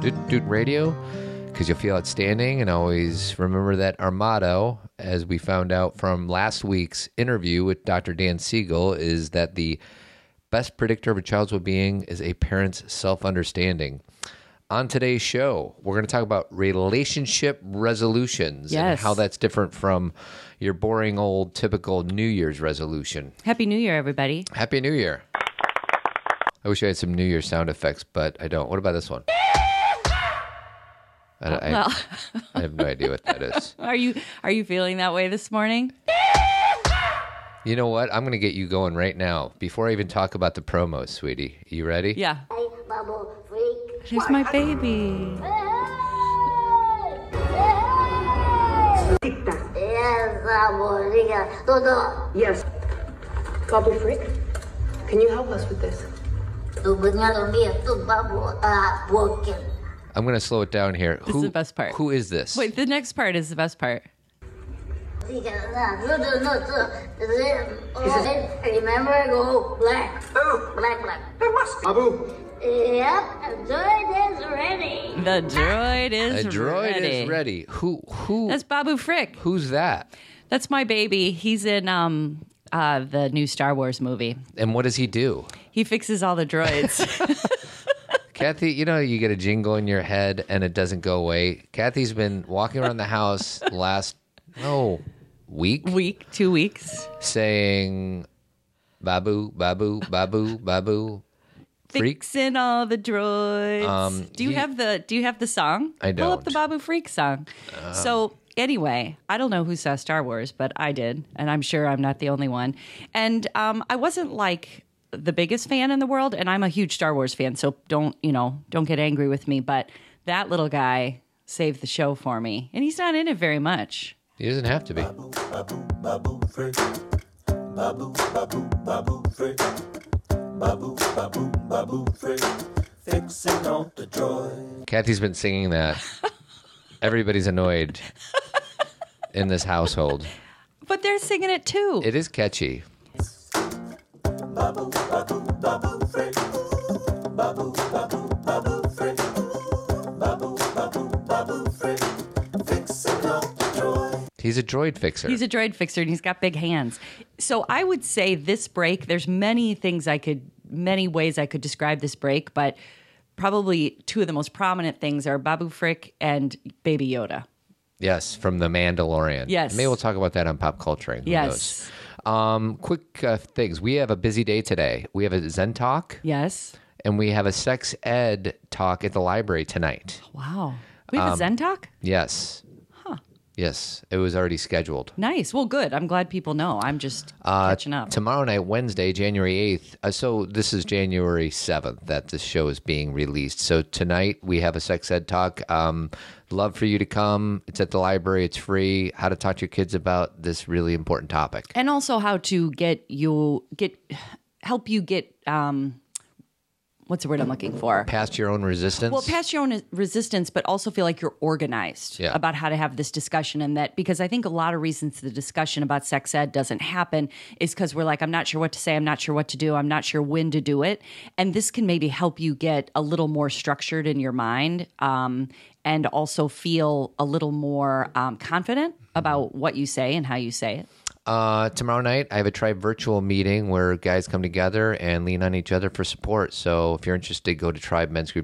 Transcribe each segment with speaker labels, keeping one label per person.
Speaker 1: Doot Doot Radio because you'll feel outstanding. And always remember that our motto, as we found out from last week's interview with Dr. Dan Siegel, is that the best predictor of a child's well being is a parent's self understanding. On today's show, we're going to talk about relationship resolutions and
Speaker 2: Yes.
Speaker 1: how that's different from your boring old typical New Year's resolution.
Speaker 2: Happy New Year, everybody.
Speaker 1: Happy New Year. I wish I had some New Year sound effects, but I don't. What about this one? I, I-
Speaker 2: Well,
Speaker 1: I have no idea what that is.
Speaker 2: are you are you feeling that way this morning?
Speaker 1: You know what? I'm going to get you going right now before I even talk about the promo, sweetie. You ready?
Speaker 2: Yeah.
Speaker 3: I'm a bubble freak.
Speaker 2: There's my baby.
Speaker 3: Yes, I'm a real. No, no.
Speaker 4: Yes. Bubble Freak, can you help us with this?
Speaker 3: Tu banheiro me, tu bubble, ah, walking.
Speaker 1: I'm going to slow it down here. This
Speaker 2: is the best part.
Speaker 1: Who is this?
Speaker 2: Wait, the next part is the best part.
Speaker 3: Diga, ah, no, no, no, no. oh, Remember, go black.
Speaker 4: Oh.
Speaker 3: Black, black.
Speaker 4: There must be. Babu.
Speaker 3: Yep, enjoy is ready.
Speaker 2: The droid
Speaker 1: A
Speaker 2: is
Speaker 1: droid
Speaker 2: ready.
Speaker 1: is ready. Who? Who?
Speaker 2: That's Babu Frick.
Speaker 1: who's that?
Speaker 2: That's my baby. He's in um uh the new Star Wars movie.
Speaker 1: And what does he do?
Speaker 2: He fixes all the droids.
Speaker 1: Kathy, you know, you get a jingle in your head and it doesn't go away. Kathy's been walking around the house last, no, week
Speaker 2: Week, two weeks.
Speaker 1: saying, Babu, Babu, Babu, Babu. Freak.
Speaker 2: Fixing all the droids.
Speaker 1: Um,
Speaker 2: do you
Speaker 1: he-
Speaker 2: have the Do you have the song?
Speaker 1: I
Speaker 2: Pull up the
Speaker 1: don't. Uh.
Speaker 2: Babu Freak song. so anyway, I don't know who saw Star Wars, but I did, and I'm sure I'm not the only one. And um, I wasn't like the biggest fan in the world, and I'm a huge Star Wars fan, so don't you know? Don't get angry with me, but that little guy saved the show for me, and he's not in it very much.
Speaker 1: He doesn't have to be.
Speaker 5: Babu Frick. Babu, Babu, Babu Frick. Babu, Babu, Babu Frick. Fixing all the droid.
Speaker 1: Kathy's been singing that. Everybody's annoyed in this household.
Speaker 2: But they're singing it too.
Speaker 1: It is catchy.
Speaker 5: Babu, Babu, Babu Frick. Babu, Babu, Babu Frick. Babu, Babu, Babu Frick. Fixing all the droid.
Speaker 1: He's a droid fixer.
Speaker 2: He's a droid fixer and he's got big hands. So I would say this break, there's many things I could, many ways I could describe this break, but probably two of the most prominent things are Babu Frick and Baby Yoda.
Speaker 1: yes, from The Mandalorian.
Speaker 2: Yes.
Speaker 1: Maybe we'll talk about that on Pop Culturing. Who knows?
Speaker 2: Yes.
Speaker 1: Um, quick uh, things. We have a busy day today. We have a Zen talk
Speaker 2: Yes.
Speaker 1: and we have a sex ed talk at the library tonight.
Speaker 2: Wow. We have a Zen talk?
Speaker 1: Yes. Huh. Yes. It was already scheduled.
Speaker 2: Nice. Well, good. I'm glad people know. I'm just catching up.
Speaker 1: Tomorrow night, Wednesday, January 8th. Uh, so this is January 7th that this show is being released. So tonight we have a sex ed talk. Um, love for you to come. It's at the library. It's free. How to talk to your kids about this really important topic.
Speaker 2: and also how to get you, get, help you get, um, what's the word I'm looking for?
Speaker 1: Past your own resistance.
Speaker 2: Well, past your own resistance, but also feel like you're organized
Speaker 1: Yeah.
Speaker 2: about how to have this discussion. And that because I think a lot of reasons the discussion about sex ed doesn't happen is because we're like, I'm not sure what to say, I'm not sure what to do, I'm not sure when to do it. And this can maybe help you get a little more structured in your mind um, and also feel a little more um, confident about what you say and how you say it.
Speaker 1: Uh, tomorrow night, I have a tri virtual meeting where guys come together and lean on each other for support. So if you're interested, go to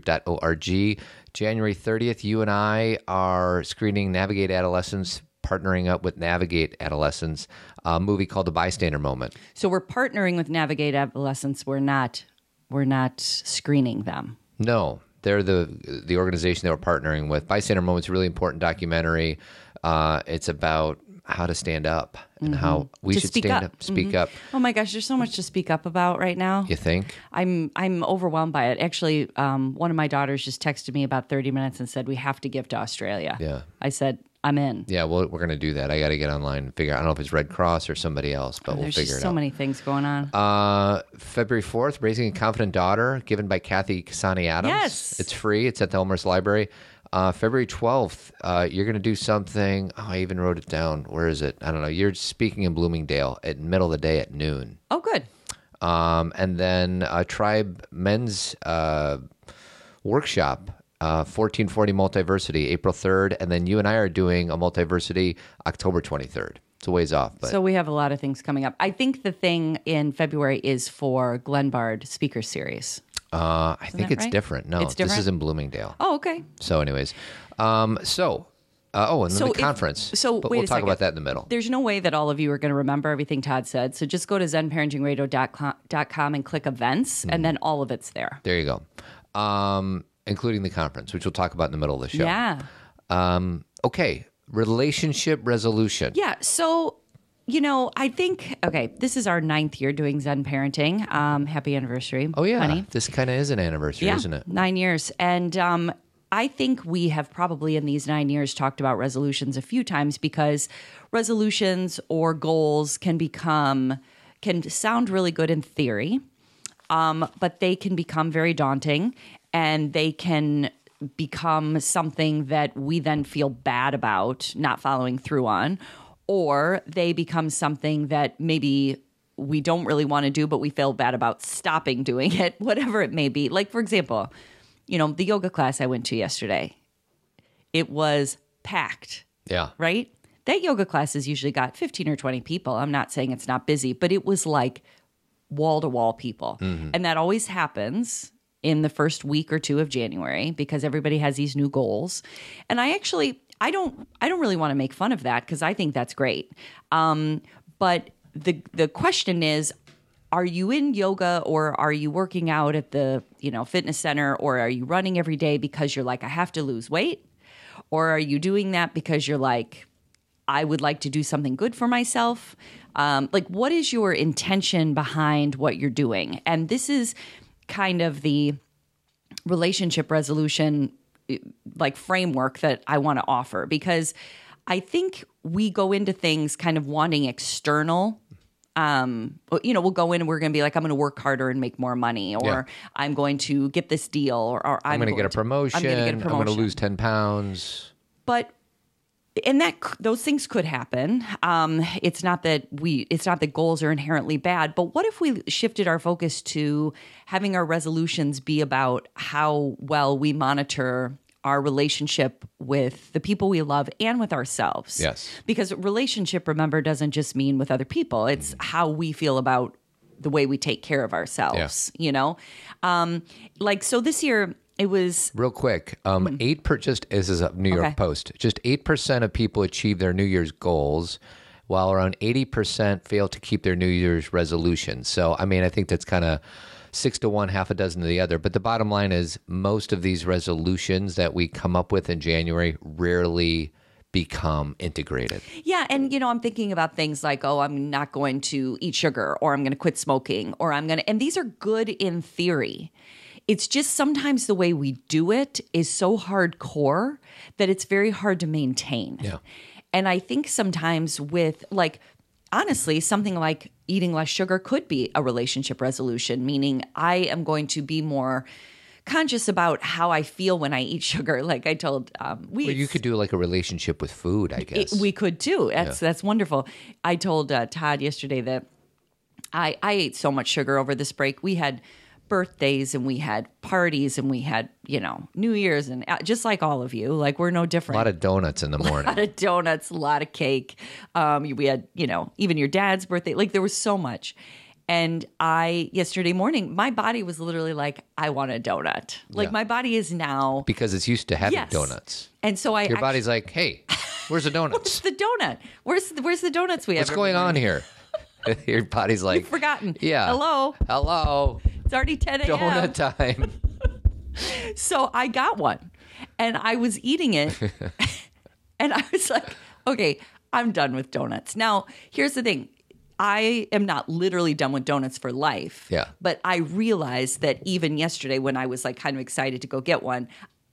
Speaker 1: tribemensgroup.org. January 30th, you and I are screening Navigate Adolescence, partnering up with Navigate Adolescence, a movie called The Bystander Moment.
Speaker 2: So we're partnering with Navigate Adolescents. We're not, we're not screening them.
Speaker 1: No, they're the the organization that we're partnering with. Bystander Moment's a really important documentary. Uh, it's about how to stand up and how we
Speaker 2: Mm-hmm. To
Speaker 1: should
Speaker 2: speak
Speaker 1: stand
Speaker 2: up.
Speaker 1: up, speak up.
Speaker 2: Oh my gosh, there's so much to speak up about right now.
Speaker 1: You think?
Speaker 2: I'm I'm overwhelmed by it. Actually, um, one of my daughters just texted me about 30 minutes and said we have to give to Australia.
Speaker 1: Yeah.
Speaker 2: I said I'm in.
Speaker 1: Yeah, well, we're gonna do that. I gotta get online and figure. out. I don't know if it's Red Cross or somebody else, but we'll
Speaker 2: There's
Speaker 1: figure
Speaker 2: just
Speaker 1: it
Speaker 2: so
Speaker 1: out.
Speaker 2: many things going on.
Speaker 1: uh, February fourth, raising a confident daughter, given by Kathy Kasani Adams.
Speaker 2: Yes.
Speaker 1: it's free. It's at the Elmer's Library. Uh, February twelfth, uh, you're gonna do something. Oh, I even wrote it down. Where is it? I don't know. You're speaking in Bloomingdale at middle of the day at noon.
Speaker 2: oh, good.
Speaker 1: Um, and then uh, Tribe Men's uh, Workshop uh, 1440 Multiversity, April 3rd. And then you and I are doing a Multiversity October 23rd. It's a ways off, but
Speaker 2: So we have a lot of things coming up. I think the thing in February is for Glenbard Speaker Series.
Speaker 1: uh, I think
Speaker 2: that
Speaker 1: it's
Speaker 2: right?
Speaker 1: different. No, this
Speaker 2: It's different?
Speaker 1: is in Bloomingdale.
Speaker 2: Oh, okay.
Speaker 1: So, anyways, um, so uh, oh, and then
Speaker 2: So
Speaker 1: the
Speaker 2: if-
Speaker 1: conference.
Speaker 2: so
Speaker 1: but
Speaker 2: wait
Speaker 1: we'll
Speaker 2: a
Speaker 1: talk about
Speaker 2: second.
Speaker 1: that in the middle.
Speaker 2: There's no way that all of you are going to remember everything Todd said. So just go to zenparentingradio.com and click events,
Speaker 1: Mm-hmm.
Speaker 2: and then all of it's there.
Speaker 1: There you go, um, including the conference, which we'll talk about in the middle of the show.
Speaker 2: Yeah.
Speaker 1: Um, okay, relationship resolution.
Speaker 2: Yeah. So, you know, I think, okay, this is our ninth year doing Zen parenting. Um, happy anniversary.
Speaker 1: Oh yeah,
Speaker 2: Honey.
Speaker 1: this kind of is an anniversary, isn't it?
Speaker 2: Nine years. And um, I think we have probably in these nine years talked about resolutions a few times because resolutions or goals can become, can sound really good in theory, um, but they can become very daunting and they can become something that we then feel bad about not following through on, or they become something that maybe we don't really want to do, but we feel bad about stopping doing it, whatever it may be. Like, for example, you know, the yoga class I went to yesterday, it was packed
Speaker 1: Yeah.
Speaker 2: right? That yoga class has usually got 15 or 20 people. I'm not saying it's not busy, but it was like wall to wall people. And that always happens in the first week or two of January because everybody has these new goals. And I actually I don't I don't really want to make fun of that cuz I think that's great. Um but the the question is are you in yoga or are you working out at the, you know, fitness center or are you running every day because you're like I have to lose weight? Or are you doing that because you're like, I would like to do something good for myself? Um, like, what is your intention behind what you're doing? And this is kind of the relationship resolution eh, like framework that I want to offer because I think we go into things kind of wanting external um you know we'll go in and we're going to be like I'm going to work harder and make more money or
Speaker 1: Yeah.
Speaker 2: I'm going to get this deal or, or I'm,
Speaker 1: I'm gonna get a promotion.
Speaker 2: I'm going to get a promotion
Speaker 1: I'm gonna lose ten pounds.
Speaker 2: but and that those things could happen um it's not that we it's not that goals are inherently bad but what if we shifted our focus to having our resolutions be about how well we monitor our relationship with the people we love and with ourselves
Speaker 1: Yes.
Speaker 2: because relationship remember doesn't just mean with other people it's how we feel about the way we take care of ourselves you know um like so this year it was
Speaker 1: Real quick, um, eight per just this is a New York
Speaker 2: Mm-hmm. Okay.
Speaker 1: Post. Just eight percent of people achieve their New Year's goals, while around eighty percent fail to keep their New Year's resolutions. So, I mean, I think that's kind of six to one, half a dozen to the other. But the bottom line is, most of these resolutions that we come up with in January rarely become integrated.
Speaker 2: Yeah, and you know, I'm thinking about things like, oh, I'm not going to eat sugar, or I'm going to quit smoking, or I'm going to, and these are good in theory. It's just sometimes the way we do it is so hardcore that it's very hard to maintain.
Speaker 1: Yeah.
Speaker 2: And I think sometimes with like, honestly, something like eating less sugar could be a relationship resolution, meaning I am going to be more conscious about how I feel when I eat sugar. Like I told um, we.
Speaker 1: But you could do like a relationship with food, I guess.
Speaker 2: It- we could too. That's that's wonderful. I told uh, Todd yesterday that I I ate so much sugar over this break. We had birthdays and we had parties and we had you know New Year's and uh, just like all of you, like we're no
Speaker 1: a
Speaker 2: different.
Speaker 1: lot of donuts in the morning.
Speaker 2: A lot of donuts, a lot of cake. Um, we had, you know, even your dad's birthday. Like there was so much. And I yesterday morning, my body was literally like, I want a donut. Like
Speaker 1: Yeah.
Speaker 2: my body is now,
Speaker 1: because it's used to having
Speaker 2: Yes.
Speaker 1: donuts.
Speaker 2: and so I
Speaker 1: Your
Speaker 2: actu-
Speaker 1: body's like, hey, where's the donuts?
Speaker 2: It's the donut. Where's where's the donuts we have?
Speaker 1: What's going on here? Your body's like
Speaker 2: Forgotten.
Speaker 1: Yeah.
Speaker 2: Hello.
Speaker 1: Hello.
Speaker 2: It's already 10 a.m.
Speaker 1: Donut time.
Speaker 2: So I got one and I was eating it. and I was like, okay, I'm done with donuts. Now, here's the thing I am not literally done with donuts for life.
Speaker 1: Yeah.
Speaker 2: But I realized that even yesterday when I was like kind of excited to go get one,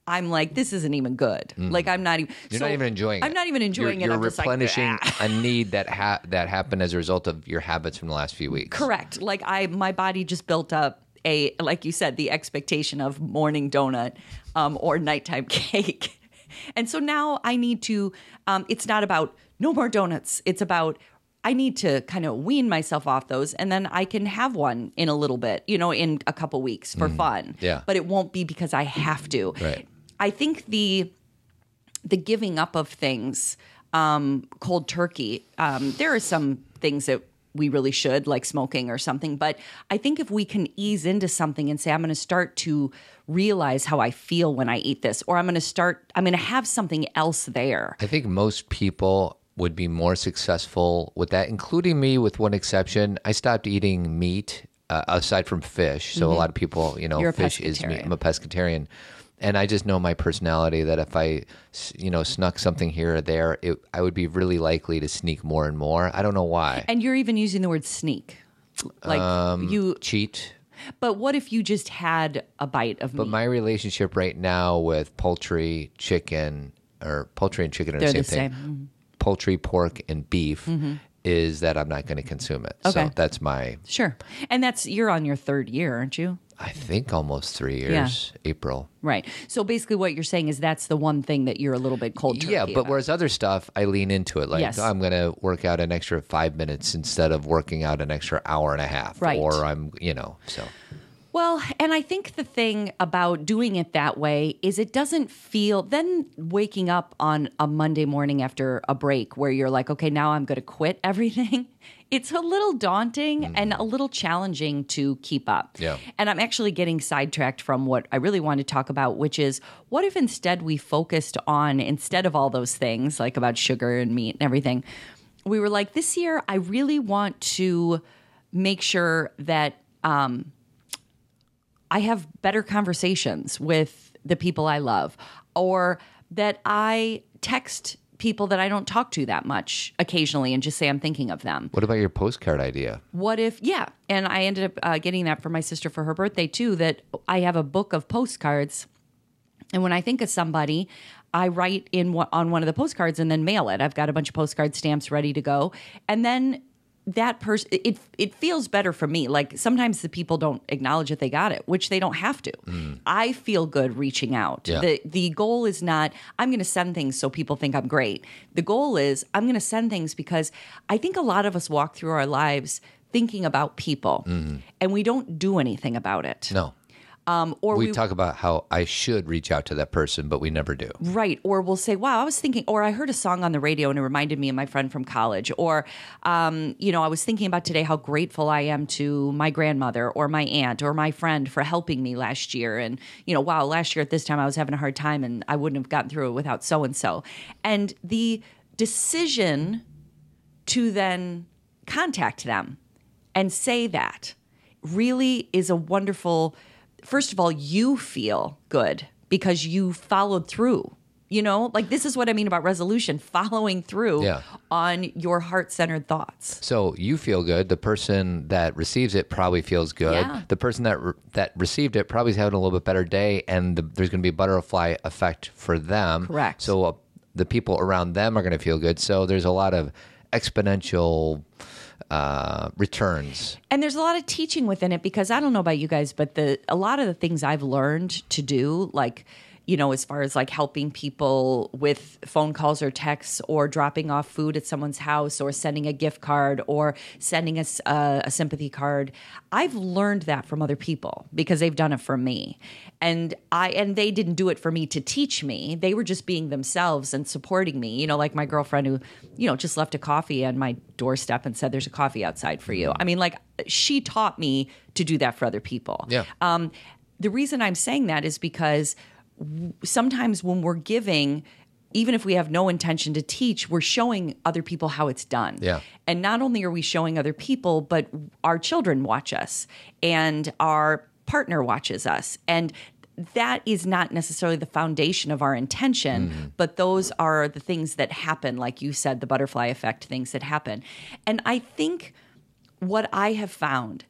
Speaker 2: I'm like, this isn't even good. Like, I'm not even.
Speaker 1: Mm. You're not even enjoying.
Speaker 2: I'm
Speaker 1: it.
Speaker 2: not even enjoying
Speaker 1: you're, You're
Speaker 2: it. I'm just like,
Speaker 1: replenishing
Speaker 2: "Ah."
Speaker 1: a need that ha- that happened as a result of your habits from the last few weeks.
Speaker 2: Correct. Like I, my body just built up a, like you said, the expectation of morning donut um, or nighttime cake, and so now I need to. Um, it's not about no more donuts. It's about I need to kind of wean myself off those, and then I can have one in a little bit, you know, in a couple weeks for fun.
Speaker 1: Yeah.
Speaker 2: But it won't be because I have to.
Speaker 1: Right.
Speaker 2: I think the the giving up of things, um, cold turkey. Um, there are some things that we really should, like smoking or something. But I think if we can ease into something and say, I'm going to start to realize how I feel when I eat this, or I'm going to start, I'm going to have something else there.
Speaker 1: I think most people would be more successful with that, including me, with one exception. I stopped eating meat uh, aside from fish. So a lot of people, you know,
Speaker 2: Mm-hmm. You're a
Speaker 1: fish is meat.
Speaker 2: pescatarian.
Speaker 1: I'm a pescatarian. And I just know my personality that if I, s- you know, snuck something here or there, it, I would be really likely to sneak more and more. I don't know why.
Speaker 2: And you're even using the word sneak. Like
Speaker 1: Um,
Speaker 2: you,
Speaker 1: Cheat.
Speaker 2: but what if you just had a bite of meat?
Speaker 1: But my relationship right now with poultry, chicken, or poultry and chicken are
Speaker 2: They're
Speaker 1: the
Speaker 2: the
Speaker 1: same
Speaker 2: same. mm-hmm.
Speaker 1: thing. Poultry, pork, and beef is that I'm not going to consume it. So
Speaker 2: Okay.
Speaker 1: that's my,
Speaker 2: sure. And that's, you're on your third year, aren't you?
Speaker 1: I think, almost three years, April.
Speaker 2: Right. So basically, what you're saying is that's the one thing that you're a little bit cold turkey.
Speaker 1: yeah, but
Speaker 2: about.
Speaker 1: whereas other stuff, I lean into it. Like,
Speaker 2: Yes.
Speaker 1: I'm going to work out an extra five minutes instead of working out an extra hour and a half.
Speaker 2: Right.
Speaker 1: Or I'm, you know, so.
Speaker 2: Well, and I think the thing about doing it that way is it doesn't feel then waking up on a Monday morning after a break where you're like, okay, now I'm going to quit everything. It's a little daunting and a little challenging to keep up.
Speaker 1: Yeah.
Speaker 2: And I'm actually getting sidetracked from what I really want to talk about, which is what if instead we focused on, instead of all those things like about sugar and meat and everything, we were like, this year, I really want to make sure that I have better conversations with the people I love, or that I text people that I don't talk to that much occasionally and just say I'm thinking of them.
Speaker 1: What about your postcard idea?
Speaker 2: What if, yeah, and I ended up uh, getting that for my sister for her birthday too, that I have a book of postcards. And when I think of somebody, I write in one- on one of the postcards and then mail it. I've got a bunch of postcard stamps ready to go, and then that person it it feels better for me. Like sometimes the people don't acknowledge that they got it, which they don't have to. I feel good reaching out.
Speaker 1: Mm. Yeah.
Speaker 2: The the goal is not I'm going to send things so people think I'm great. The goal is I'm going to send things because I think a lot of us walk through our lives thinking about people
Speaker 1: Mm-hmm.
Speaker 2: and we don't do anything about it.
Speaker 1: No.
Speaker 2: Um, or
Speaker 1: We,
Speaker 2: we
Speaker 1: talk about how I should reach out to that person, but we never do.
Speaker 2: Right. Or we'll say, wow, I was thinking, or I heard a song on the radio and it reminded me of my friend from college. Or, um, you know, I was thinking about today how grateful I am to my grandmother or my aunt or my friend for helping me last year. And, you know, wow, last year at this time I was having a hard time and I wouldn't have gotten through it without so and so. And the decision to then contact them and say that really is a wonderful first of all you feel good because you followed through you know like this is what i mean about resolution following through
Speaker 1: Yeah.
Speaker 2: on your heart-centered thoughts
Speaker 1: So you feel good. The person that receives it probably feels good.
Speaker 2: Yeah.
Speaker 1: The person that re- that received it probably is having a little bit better day, and the, there's going to be a butterfly effect for them.
Speaker 2: Correct.
Speaker 1: So uh, the people around them are going to feel good. So there's a lot of exponential uh, returns.
Speaker 2: and there's a lot of teaching within it because I don't know about you guys, but the a lot of the things I've learned to do, like you know, as far as like helping people with phone calls or texts, or dropping off food at someone's house, or sending a gift card, or sending us a, a sympathy card, I've learned that from other people because they've done it for me, and I and they didn't do it for me to teach me. They were just being themselves and supporting me. You know, like my girlfriend who, you know, just left a coffee on my doorstep and said, "There's a coffee outside for you." I mean, like she taught me to do that for other people.
Speaker 1: Yeah.
Speaker 2: Um, the reason I'm saying that is because w- sometimes when we're giving, even if we have no intention to teach, we're showing other people how it's done.
Speaker 1: Yeah.
Speaker 2: And not only are we showing other people, but our children watch us and our partner watches us. And that is not necessarily the foundation of our intention, but those are the things that happen, like you said, the butterfly effect things that happen. And I think what I have found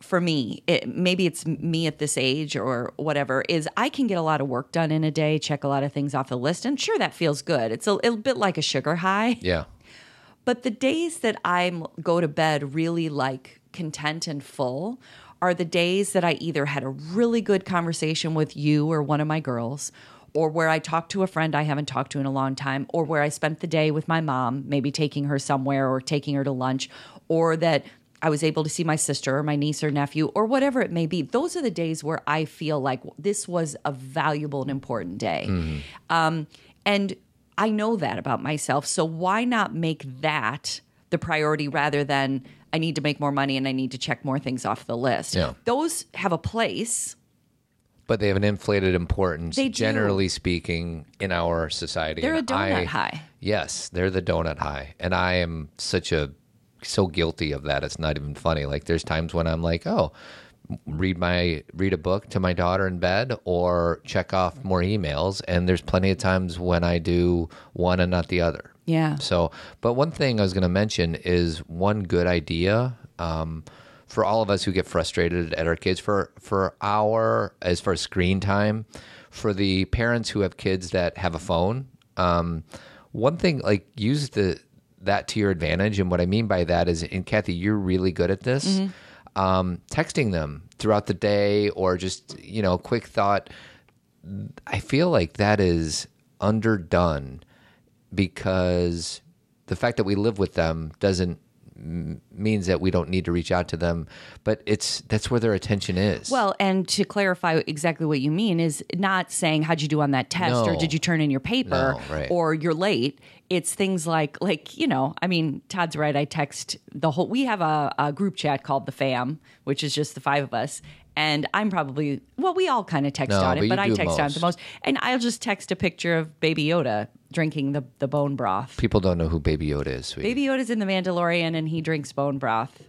Speaker 2: for me, it, maybe it's me at this age or whatever, is I can get a lot of work done in a day, check a lot of things off the list, and sure, that feels good. It's a, little bit like a sugar high.
Speaker 1: Yeah.
Speaker 2: But the days that I go to bed really like content and full are the days that I either had a really good conversation with you or one of my girls, or where I talked to a friend I haven't talked to in a long time, or where I spent the day with my mom, maybe taking her somewhere or taking her to lunch, or that I was able to see my sister or my niece or nephew or whatever it may be. Those are the days where I feel like this was a valuable and important day. Um, and I know that about myself. So why not make that the priority rather than I need to make more money and I need to check more things off the list?
Speaker 1: Yeah.
Speaker 2: Those have a place.
Speaker 1: But they have an inflated importance,
Speaker 2: They do.
Speaker 1: generally speaking, in our society.
Speaker 2: They're
Speaker 1: And
Speaker 2: a donut
Speaker 1: I-
Speaker 2: high.
Speaker 1: Yes, they're the donut high. And I am such a, so guilty of that. It's not even funny. Like, there's times when I'm like, oh, read my read a book to my daughter in bed or check off more emails and there's plenty of times when I do one and not the other.
Speaker 2: Yeah.
Speaker 1: So, but one thing I was going to mention is one good idea um, for all of us who get frustrated at our kids for for our as far as screen time for the parents who have kids that have a phone. Um, one thing like use the that to your advantage, and what I mean by that is, and Kathy, you're really good at this. Um, texting them throughout the day, or just you know, quick thought. I feel like that is underdone because the fact that we live with them doesn't m- means that we don't need to reach out to them but it's that's where their attention is
Speaker 2: Well, and to clarify exactly what you mean is not saying how'd you do on that test or
Speaker 1: No.
Speaker 2: did you turn in your paper
Speaker 1: No, right.
Speaker 2: or you're late. It's things like like you know, I mean, Todd's right. I text the whole. We have a, a group chat called the Fam, which is just the five of us. And I'm probably well, we all kind of text
Speaker 1: No,
Speaker 2: on it,
Speaker 1: but you
Speaker 2: but I
Speaker 1: do
Speaker 2: text on it the
Speaker 1: most.
Speaker 2: most. And I'll just text a picture of Baby Yoda drinking the the bone broth.
Speaker 1: people don't know who baby yoda is sweetie.
Speaker 2: Baby Yoda's in The Mandalorian and he drinks bone broth.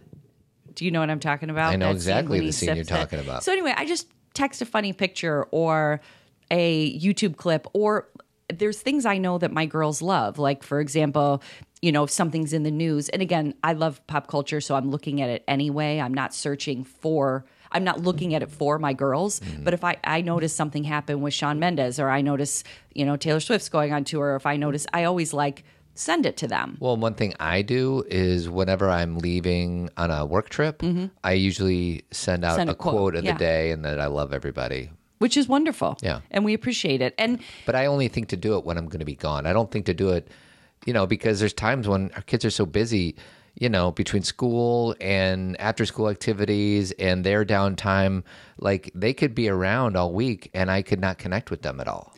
Speaker 2: Do you know what I'm talking about?
Speaker 1: I know
Speaker 2: That scene
Speaker 1: exactly
Speaker 2: when
Speaker 1: the
Speaker 2: he
Speaker 1: scene you're
Speaker 2: sips it.
Speaker 1: talking about.
Speaker 2: So anyway, I just text a funny picture or a YouTube clip or there's things I know that my girls love. Like for example, you know, if something's in the news, and again, I love pop culture, so I'm looking at it anyway. I'm not searching for I'm not looking at it for my girls,
Speaker 1: Mm-hmm.
Speaker 2: but if I, I notice something happen with Sean Mendes or I notice, you know, Taylor Swift's going on tour, or if I notice I always like send it to them.
Speaker 1: Well, one thing I do is whenever I'm leaving on a work trip, I usually send out
Speaker 2: Mm-hmm. Send
Speaker 1: a,
Speaker 2: a
Speaker 1: quote,
Speaker 2: quote,
Speaker 1: of
Speaker 2: yeah.
Speaker 1: the day and that I love everybody.
Speaker 2: which is wonderful.
Speaker 1: Yeah.
Speaker 2: And we appreciate it. And
Speaker 1: But I only think to do it when I'm going to be gone. I don't think to do it, you know, because there's times when our kids are so busy, you know, between school and after school activities and their downtime, like they could be around all week and I could not connect with them at all.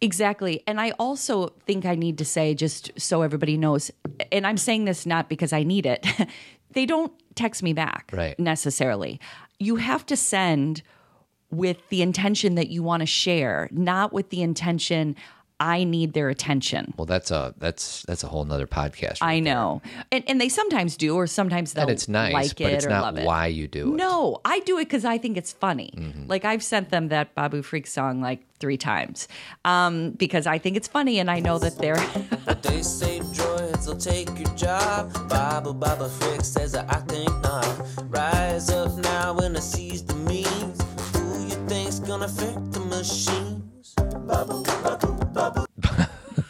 Speaker 2: exactly. And I also think I need to say, just so everybody knows, and I'm saying this not because I need it, they don't text me back
Speaker 1: Right.
Speaker 2: necessarily. You have to send with the intention that you want to share, not with the intention, I need their attention.
Speaker 1: Well, that's a that's that's a whole nother podcast.
Speaker 2: I know. And, and they sometimes do, or sometimes they'll
Speaker 1: And it's nice,
Speaker 2: like
Speaker 1: but
Speaker 2: it
Speaker 1: it's
Speaker 2: or
Speaker 1: not
Speaker 2: love it.
Speaker 1: why you do it.
Speaker 2: No, I do it because I think it's funny. Like I've sent them that Babu Freak song like three times um, because I think it's funny, and I know that they're.
Speaker 6: They say droids will take your job. Baba Baba Frick says that I think not. Rise up now and I seize the means. Who you think's gonna fix the machines?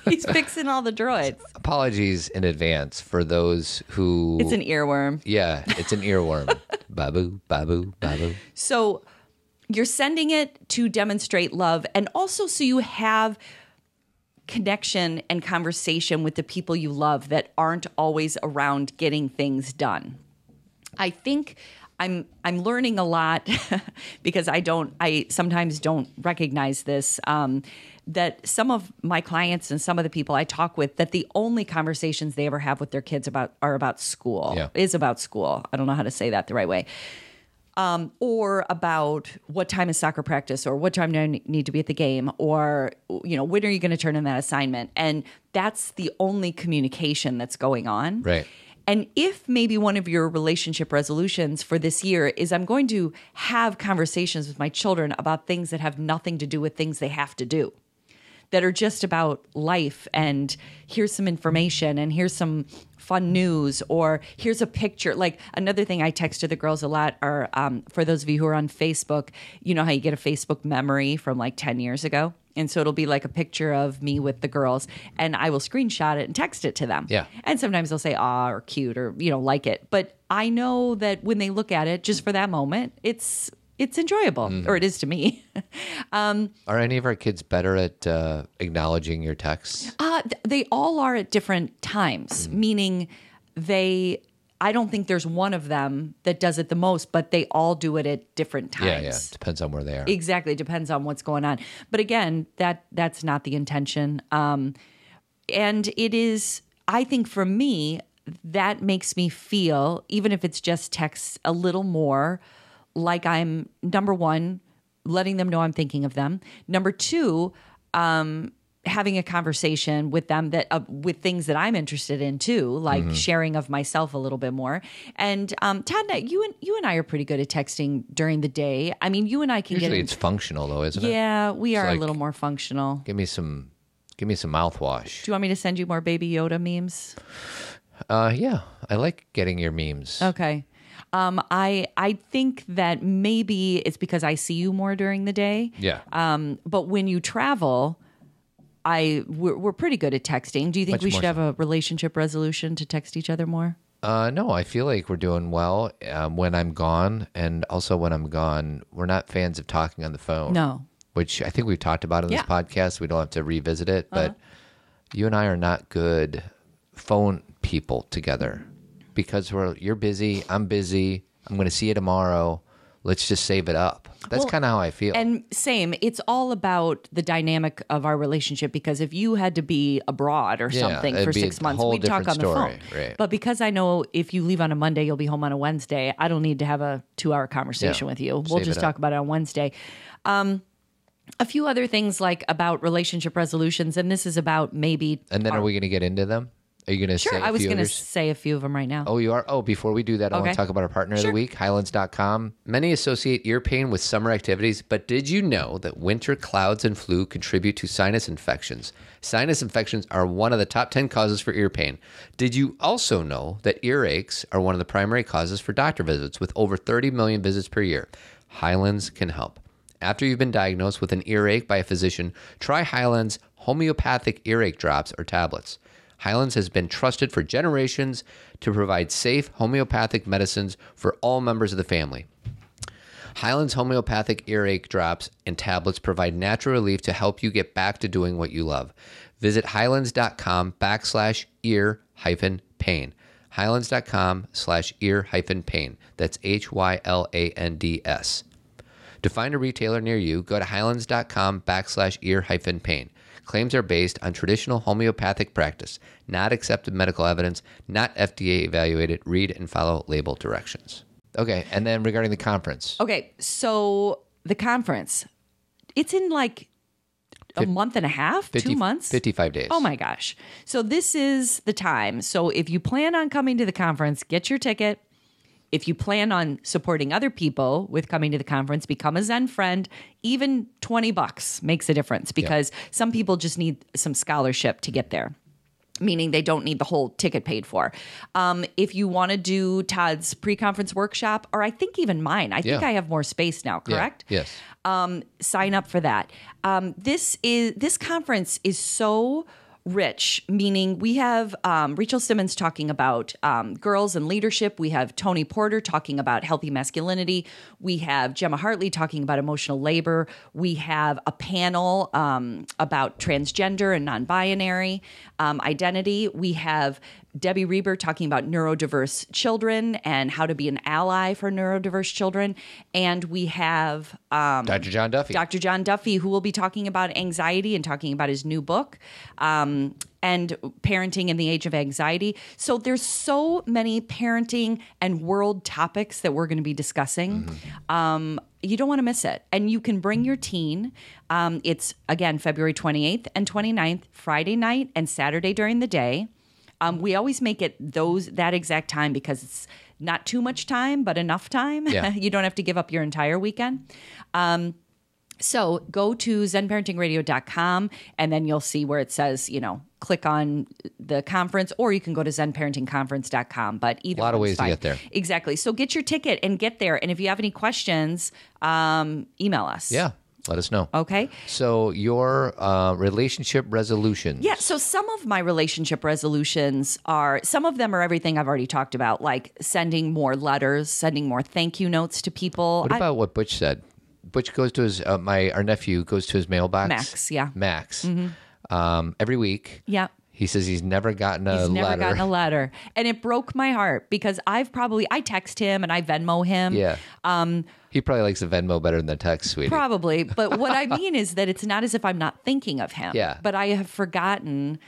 Speaker 2: he's fixing all the droids.
Speaker 1: Apologies in advance for those who
Speaker 2: It's an e-, earworm.
Speaker 1: Yeah, it's an earworm. babu, babu, babu.
Speaker 2: So you're sending it to demonstrate love, and also so you have connection and conversation with the people you love that aren't always around getting things done. I think I'm I'm learning a lot because I don't I sometimes don't recognize this um, that some of my clients and some of the people I talk with that the only conversations they ever have with their kids about are about school
Speaker 1: Yeah.
Speaker 2: is about school. I don't know how to say that the right way. Um, or about what time is soccer practice or what time do I ne- need to be at the game or you know when are you going to turn in that assignment and that's the only communication that's going on
Speaker 1: Right.
Speaker 2: and if maybe one of your relationship resolutions for this year is I'm going to have conversations with my children about things that have nothing to do with things they have to do, that are just about life and here's some information and here's some fun news or here's a picture. Like another thing I text to the girls a lot are um, for those of you who are on Facebook, you know how you get a Facebook memory from like 10 years ago? And so it'll be like a picture of me with the girls, and I will screenshot it and text it to them.
Speaker 1: Yeah.
Speaker 2: And sometimes they'll say ah or cute or you know like it, but I know that when they look at it just for that moment, it's it's enjoyable or it is to me.
Speaker 1: Are any of our kids better at uh, acknowledging your texts? Mm-hmm.
Speaker 2: Uh, th- they all are at different times, meaning they I don't think there's one of them that does it the most, but they all do it at different times.
Speaker 1: Yeah, yeah. Depends on where they are.
Speaker 2: Exactly. It depends on what's going on. But again, that that's not the intention. Um, and it is, I think for me, that makes me feel, even if it's just text, a little more like I'm number one, letting them know I'm thinking of them. Number two, having a conversation with them that uh, with things that I'm interested in too, like
Speaker 1: Mm-hmm.
Speaker 2: sharing of myself a little bit more. And um, Todd, you and you and I are pretty good at texting during the day. I mean, you and I can
Speaker 1: Usually
Speaker 2: get
Speaker 1: it's functional though, isn't it?
Speaker 2: yeah, we are
Speaker 1: like-
Speaker 2: a little more functional.
Speaker 1: Give me some give me some mouthwash.
Speaker 2: Do you want me to send you more Baby Yoda memes?
Speaker 1: Uh yeah. I like getting your memes.
Speaker 2: Okay. Um, I I think that maybe it's because I see you more during the day.
Speaker 1: Yeah.
Speaker 2: Um, but when you travel, I we're, we're pretty good at texting. Do you think
Speaker 1: Much
Speaker 2: we
Speaker 1: more
Speaker 2: should have a relationship resolution to text each other more?
Speaker 1: Uh, no, I feel like we're doing well um, when I'm gone, and also when I'm gone, we're not fans of talking on the phone.
Speaker 2: No.
Speaker 1: which I think we've talked about on this
Speaker 2: Yeah. Uh-huh.
Speaker 1: podcast. We don't have to revisit it, but you and I are not good phone people together because we're you're busy, I'm busy. I'm going to see you tomorrow. Let's just save it up. That's kind of how I feel.
Speaker 2: And same, it's all about the dynamic of our relationship because if you had to be abroad or
Speaker 1: Yeah,
Speaker 2: something
Speaker 1: it'd
Speaker 2: for
Speaker 1: be
Speaker 2: six
Speaker 1: a
Speaker 2: months,
Speaker 1: whole
Speaker 2: we'd talk on
Speaker 1: different
Speaker 2: the
Speaker 1: story,
Speaker 2: phone.
Speaker 1: right.
Speaker 2: But because I know if you leave on a Monday, you'll be home on a Wednesday, I don't need to have a two hour conversation
Speaker 1: Yeah,
Speaker 2: with you.
Speaker 1: save
Speaker 2: We'll
Speaker 1: it
Speaker 2: just
Speaker 1: up.
Speaker 2: talk about it on Wednesday. Um, a few other things like about relationship resolutions, and this is about maybe.
Speaker 1: and then are we going to get into them? Are you going to
Speaker 2: Sure,
Speaker 1: say? a
Speaker 2: I was
Speaker 1: few of
Speaker 2: going to
Speaker 1: yours?
Speaker 2: say a few of them right now.
Speaker 1: Oh, you are? Oh, before we do that, I want
Speaker 2: Okay.
Speaker 1: to talk about our partner of the week, Highlands.com. Many associate ear pain with summer activities, but did you know that winter clouds and flu contribute to sinus infections? Sinus infections are one of the top 10 causes for ear pain. Did you also know that earaches are one of the primary causes for doctor visits with over 30 million visits per year? Highlands can help. After you've been diagnosed with an earache by a physician, try Highlands homeopathic earache drops or tablets. Highlands has been trusted for generations to provide safe homeopathic medicines for all members of the family. Highlands homeopathic earache drops and tablets provide natural relief to help you get back to doing what you love. Visit highlands.com backslash ear hyphen pain. Highlands.com slash ear hyphen pain. That's H Y L A N D S. To find a retailer near you, go to highlands.com backslash ear hyphen pain. Claims are based on traditional homeopathic practice, not accepted medical evidence, not FDA evaluated. Read and follow label directions. Okay, and then regarding the conference,
Speaker 2: Okay, so the conference, it's in like a month and a half,
Speaker 1: 50
Speaker 2: two months,
Speaker 1: 55 days.
Speaker 2: Oh my gosh! So this is the time. So if you plan on coming to the conference, get your ticket. If you plan on supporting other people with coming to the conference, become a Zen friend. Even 20 bucks makes a difference because some people just need some scholarship to get there meaning they don't need the whole ticket paid for. Um, if you want to do Todd's pre-conference workshop, or I think even mine, I think
Speaker 1: Yeah.
Speaker 2: I have more space now.
Speaker 1: Yeah,
Speaker 2: Correct?
Speaker 1: Yes.
Speaker 2: sign up for that. Um, this is this conference is so rich meaning we have um, rachel simmons talking about um, girls and leadership we have tony porter talking about healthy masculinity we have gemma hartley talking about emotional labor we have a panel um, about transgender and non-binary um, identity we have Debbie Reber talking about neurodiverse children and how to be an ally for neurodiverse children. And we have um,
Speaker 1: Dr. John Duffy.
Speaker 2: Dr. John Duffy, who will be talking about anxiety and talking about his new book um, and parenting in the age of anxiety. So there's so many parenting and world topics that we're going to be discussing. Um, you don't want to miss it. And you can bring your teen. Um, it's again February 28th and 29th, Friday night and Saturday during the day. Um, we always make it those that exact time because it's not too much time, but enough time.
Speaker 1: Yeah.
Speaker 2: you don't have to give up your entire weekend. So go to zenparentingradio.com and then you'll see where it says, you know, click on the conference or you can go to zenparentingconference.com. But either
Speaker 1: Lot of
Speaker 2: one's
Speaker 1: ways to
Speaker 2: fine.
Speaker 1: get there.
Speaker 2: Exactly. So get your ticket and get there. And if you have any questions, um, email us.
Speaker 1: yeah. Let us know.
Speaker 2: Okay.
Speaker 1: So your uh, relationship resolution.
Speaker 2: Yeah, so some of my relationship resolutions are some of them are everything I've already talked about, like sending more letters, sending more thank you notes to people.
Speaker 1: What
Speaker 2: I-
Speaker 1: about what Butch said? Butch goes to his uh, my our nephew goes to his mailbox.
Speaker 2: Max, yeah.
Speaker 1: Max. Um, every week.
Speaker 2: yeah.
Speaker 1: He says he's never gotten a
Speaker 2: He's never
Speaker 1: letter.
Speaker 2: gotten a letter. And it broke my heart because I've probably I text him and I Venmo him.
Speaker 1: yeah. Um, he probably likes the Venmo better than the text, sweetie.
Speaker 2: Probably. But what I mean is that it's not as if I'm not thinking of him.
Speaker 1: Yeah.
Speaker 2: But I have forgotten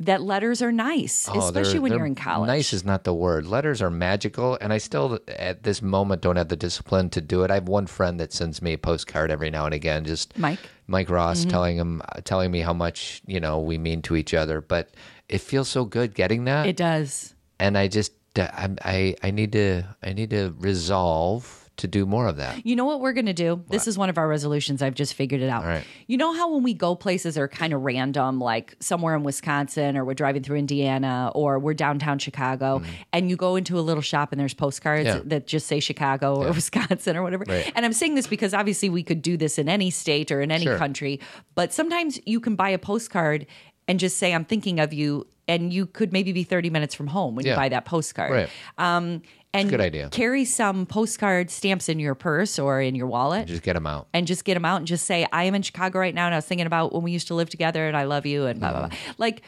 Speaker 2: that letters are nice,
Speaker 1: Oh, they're-
Speaker 2: especially when
Speaker 1: they're-
Speaker 2: you're in college.
Speaker 1: Nice is not the word. Letters are magical, and I still at this moment don't have the discipline to do it. I have one friend that sends me a postcard every now and again, just
Speaker 2: Mike? Mm-hmm.
Speaker 1: Mike Ross, telling him, telling me how much you know we mean to each other. But it feels so good getting that,
Speaker 2: It does.
Speaker 1: and I just I, I I need to I need to resolve to do more of that.
Speaker 2: You know what we're going to do? This is one of our resolutions. I've just figured it out.
Speaker 1: All right.
Speaker 2: You know how when we go places are kind of random, like somewhere in Wisconsin or we're driving through Indiana or we're downtown Chicago and you go into a little shop and there's postcards
Speaker 1: Mm-hmm. Yeah.
Speaker 2: that just say Chicago or Wisconsin or whatever.
Speaker 1: Right.
Speaker 2: And I'm saying this because obviously we could do this in any state or in any
Speaker 1: Sure.
Speaker 2: country, but sometimes you can buy a postcard and just say, I'm thinking of you. And you could maybe be 30 minutes from home when
Speaker 1: Yeah.
Speaker 2: you buy that postcard.
Speaker 1: Right.
Speaker 2: Um, and
Speaker 1: good idea.
Speaker 2: carry some postcard stamps in your purse or in your wallet
Speaker 1: Just get them out.
Speaker 2: and just get them out and just say, I am in Chicago right now. And I was thinking about when we used to live together and I love you and blah, blah, blah. Like,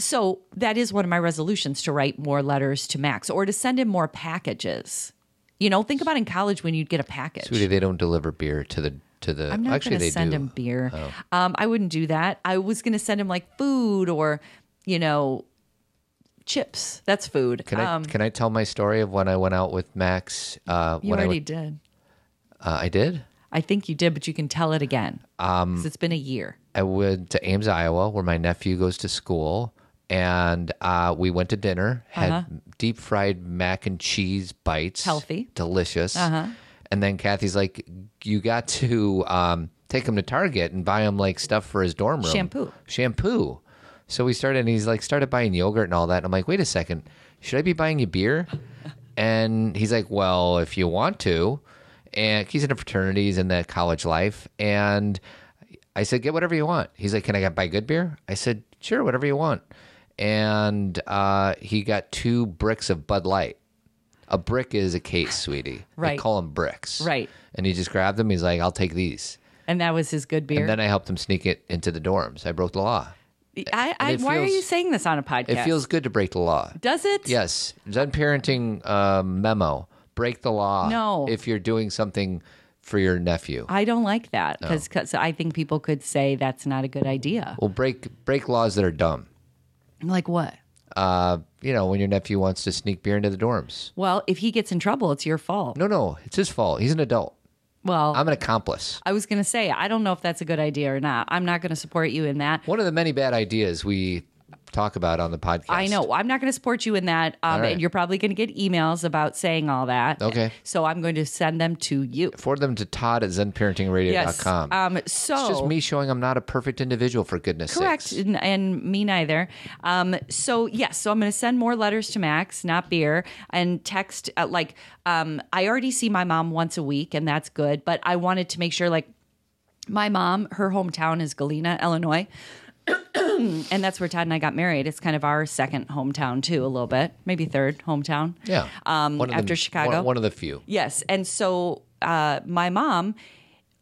Speaker 2: so that is one of my resolutions to write more letters to Max or to send him more packages. You know, think about in college when you'd get a package.
Speaker 1: Sweetie, they don't deliver beer to the to the.
Speaker 2: I'm not
Speaker 1: actually,
Speaker 2: going
Speaker 1: they
Speaker 2: to send
Speaker 1: do. Oh.
Speaker 2: him beer. Um, I wouldn't do that. I was going to send him like food or, you know, chips. That's food. Um,
Speaker 1: Can I can I tell my story of when I went out with Max? Uh,
Speaker 2: you
Speaker 1: when
Speaker 2: already
Speaker 1: I, went-
Speaker 2: did.
Speaker 1: uh, I did.
Speaker 2: I think you did, but you can tell it again. Um, it's been a year.
Speaker 1: I went to Ames, Iowa, where my nephew goes to school, and uh, we went to dinner. Had deep fried mac and cheese bites,
Speaker 2: Healthy.
Speaker 1: delicious. And then Kathy's like, "You got to um, take him to Target and buy him like stuff for his dorm room,
Speaker 2: Shampoo.
Speaker 1: shampoo." So we started, and he's like, started buying yogurt and all that. And I'm like, "Wait a second, should I be buying you beer?" And he's like, "Well, if you want to." And he's in a fraternity, he's in that college life, and I said, get whatever you want. He's like, can I get buy good beer? I said, sure, whatever you want. And uh, he got two bricks of Bud Light. A brick is a case, sweetie. They
Speaker 2: Right.
Speaker 1: call them bricks.
Speaker 2: Right.
Speaker 1: And he just grabbed them. He's like, I'll take these.
Speaker 2: And that was his good beer.
Speaker 1: And then I helped him sneak it into the dorms. I broke the law.
Speaker 2: I, I,
Speaker 1: it
Speaker 2: why are
Speaker 1: feels-
Speaker 2: you saying this on a podcast?
Speaker 1: It feels good to break the law.
Speaker 2: Does it?
Speaker 1: Yes. Zen parenting um, memo. Break the law.
Speaker 2: No.
Speaker 1: If you're doing something for your nephew.
Speaker 2: I don't like that because I think people could say that's not a good idea.
Speaker 1: Well, break break laws that are dumb.
Speaker 2: I'm like, what?
Speaker 1: Uh, you know, when your nephew wants to sneak beer into the dorms.
Speaker 2: Well, if he gets in trouble, it's your fault.
Speaker 1: No, no, it's his fault. He's an adult.
Speaker 2: Well,
Speaker 1: I'm an accomplice.
Speaker 2: I was going to say, I don't know if that's a good idea or not. I'm not going to support you in that.
Speaker 1: One of the many bad ideas we talk about on the podcast.
Speaker 2: I know. I'm not going to support you in that. Um,
Speaker 1: right.
Speaker 2: And you're probably going to get emails about saying all that.
Speaker 1: Okay.
Speaker 2: So I'm going to send them to you.
Speaker 1: Forward them to Todd at
Speaker 2: Yes.
Speaker 1: zenparentingradio.com.
Speaker 2: Um, so
Speaker 1: it's just me showing I'm not a perfect individual, for goodness
Speaker 2: Correct,
Speaker 1: sakes.
Speaker 2: and, and me neither. Um, so yes, so I'm going to send more letters to Max, not beer, and text. Uh, like um, I already see my mom once a week, and that's good. But I wanted to make sure, like my mom, her hometown is Galena, Illinois, and that's where Todd and I got married. It's kind of our second hometown too, a little bit, maybe third hometown.
Speaker 1: Yeah.
Speaker 2: Um,
Speaker 1: One of the-
Speaker 2: after Chicago,
Speaker 1: One, one of the few.
Speaker 2: Yes. And so uh, my mom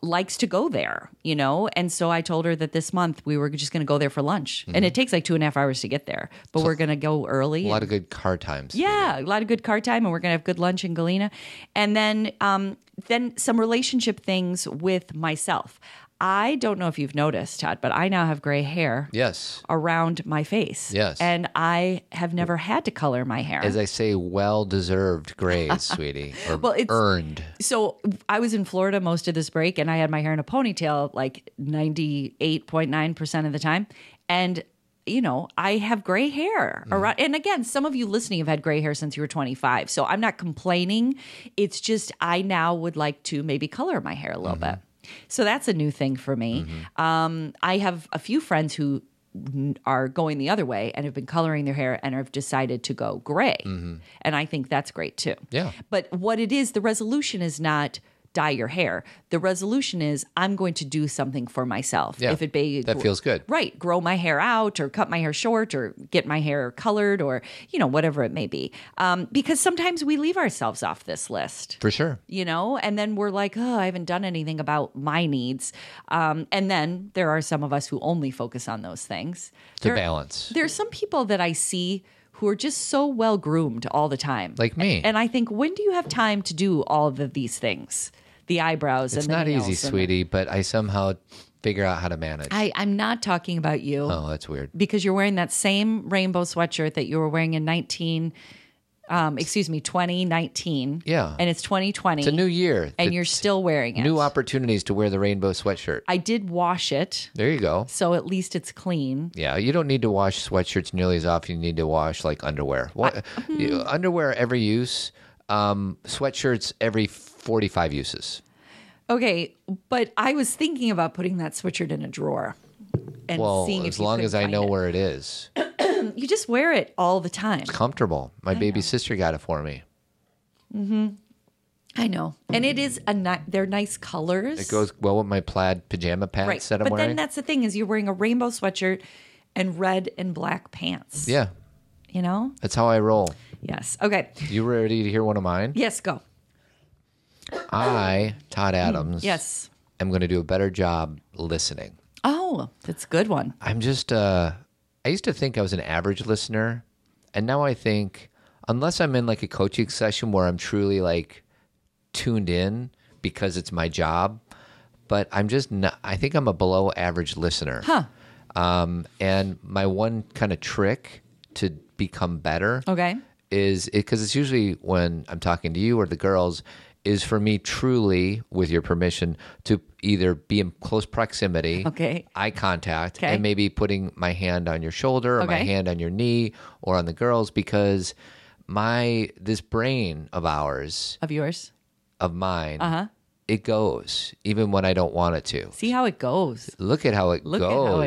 Speaker 2: likes to go there, you know? And so I told her that this month we were just going to go there for lunch.
Speaker 1: Mm-hmm.
Speaker 2: And it takes like two and a half hours to get there, but we're going to go early.
Speaker 1: A lot of good car times.
Speaker 2: yeah, a lot of good car time, and we're gonna have good lunch in Galena, and then um, then some relationship things with myself. I don't know if you've noticed, Todd, but I now have gray hair
Speaker 1: Yes.
Speaker 2: around my face.
Speaker 1: Yes.
Speaker 2: and I have never had to color my hair.
Speaker 1: As I say, well deserved grays, sweetie. Or
Speaker 2: Well, it's-
Speaker 1: earned.
Speaker 2: so I was in Florida most of this break and I had my hair in a ponytail like 98.9% of the time. And, you know, I have gray hair around. And again, some of you listening have had gray hair since you were 25. So I'm not complaining. It's just I now would like to maybe color my hair a little bit. So that's a new thing for me. Um, I have a few friends who n- are going the other way and have been coloring their hair and have decided to go gray. And I think that's great too.
Speaker 1: Yeah.
Speaker 2: But what it is, the resolution is not dye your hair. The resolution is I'm going to do something for myself.
Speaker 1: Yeah,
Speaker 2: If it be
Speaker 1: that feels good.
Speaker 2: Right. Grow my hair out or cut my hair short or get my hair colored or, you know, whatever it may be. Um, because sometimes we leave ourselves off this list
Speaker 1: For sure.
Speaker 2: you know and then we're like oh i haven't done anything about my needs um, and then there are some of us who only focus on those things
Speaker 1: To
Speaker 2: There-
Speaker 1: balance.
Speaker 2: there's some people that i see who are just so well groomed all the time
Speaker 1: Like me.
Speaker 2: and i think when do you have time to do all of these things the eyebrows
Speaker 1: It's
Speaker 2: and the
Speaker 1: not easy,
Speaker 2: nails and-
Speaker 1: sweetie, but I somehow figure out how to manage.
Speaker 2: I, i'm not talking about you
Speaker 1: oh, that's weird.
Speaker 2: because you're wearing that same rainbow sweatshirt that you were wearing in 19 um, excuse me 2019
Speaker 1: Yeah.
Speaker 2: and it's 2020
Speaker 1: It's a new year.
Speaker 2: and you're
Speaker 1: It's
Speaker 2: still wearing it
Speaker 1: new opportunities to wear the rainbow sweatshirt.
Speaker 2: I did wash it,
Speaker 1: There you go.
Speaker 2: so at least it's clean.
Speaker 1: Yeah, you don't need to wash sweatshirts nearly as often. You need to wash like underwear. What
Speaker 2: mm-hmm.
Speaker 1: you- underwear every use, um, sweatshirts every forty-five uses.
Speaker 2: Okay, but I was thinking about putting that sweatshirt in a drawer and
Speaker 1: Well,
Speaker 2: seeing if
Speaker 1: as
Speaker 2: you
Speaker 1: long
Speaker 2: could
Speaker 1: as I
Speaker 2: find
Speaker 1: know
Speaker 2: it.
Speaker 1: where it is,
Speaker 2: you just wear it all the time.
Speaker 1: comfortable. My baby sister got it for me.
Speaker 2: I know, and it is a ni- they're nice colors.
Speaker 1: It goes well with my plaid pajama pants
Speaker 2: right,
Speaker 1: that I'm
Speaker 2: but
Speaker 1: wearing.
Speaker 2: then that's the thing is you're wearing a rainbow sweatshirt and red and black pants.
Speaker 1: yeah,
Speaker 2: you know.
Speaker 1: that's how I roll.
Speaker 2: Yes. Okay.
Speaker 1: You ready to hear one of mine?
Speaker 2: Yes. Go.
Speaker 1: I, Todd Adams,
Speaker 2: Yes.
Speaker 1: am going to do a better job listening.
Speaker 2: Oh, that's a good one.
Speaker 1: I'm just uh I used to think I was an average listener and now I think unless I'm in like a coaching session where I'm truly like tuned in because it's my job, but I'm just not I think I'm a below average listener. Huh. Um and my one kind of trick to become better
Speaker 2: Okay.
Speaker 1: is it because it's usually when I'm talking to you or the girls is for me truly with your permission to either be in close proximity
Speaker 2: Okay.
Speaker 1: eye contact
Speaker 2: Okay.
Speaker 1: and maybe putting my hand on your shoulder or my
Speaker 2: Okay.
Speaker 1: hand on your knee or on the girls because my this brain of ours
Speaker 2: Of yours.
Speaker 1: of mine
Speaker 2: Uh-huh.
Speaker 1: it goes even when I don't want it to
Speaker 2: See how it goes.
Speaker 1: look at how it
Speaker 2: Look
Speaker 1: goes
Speaker 2: at how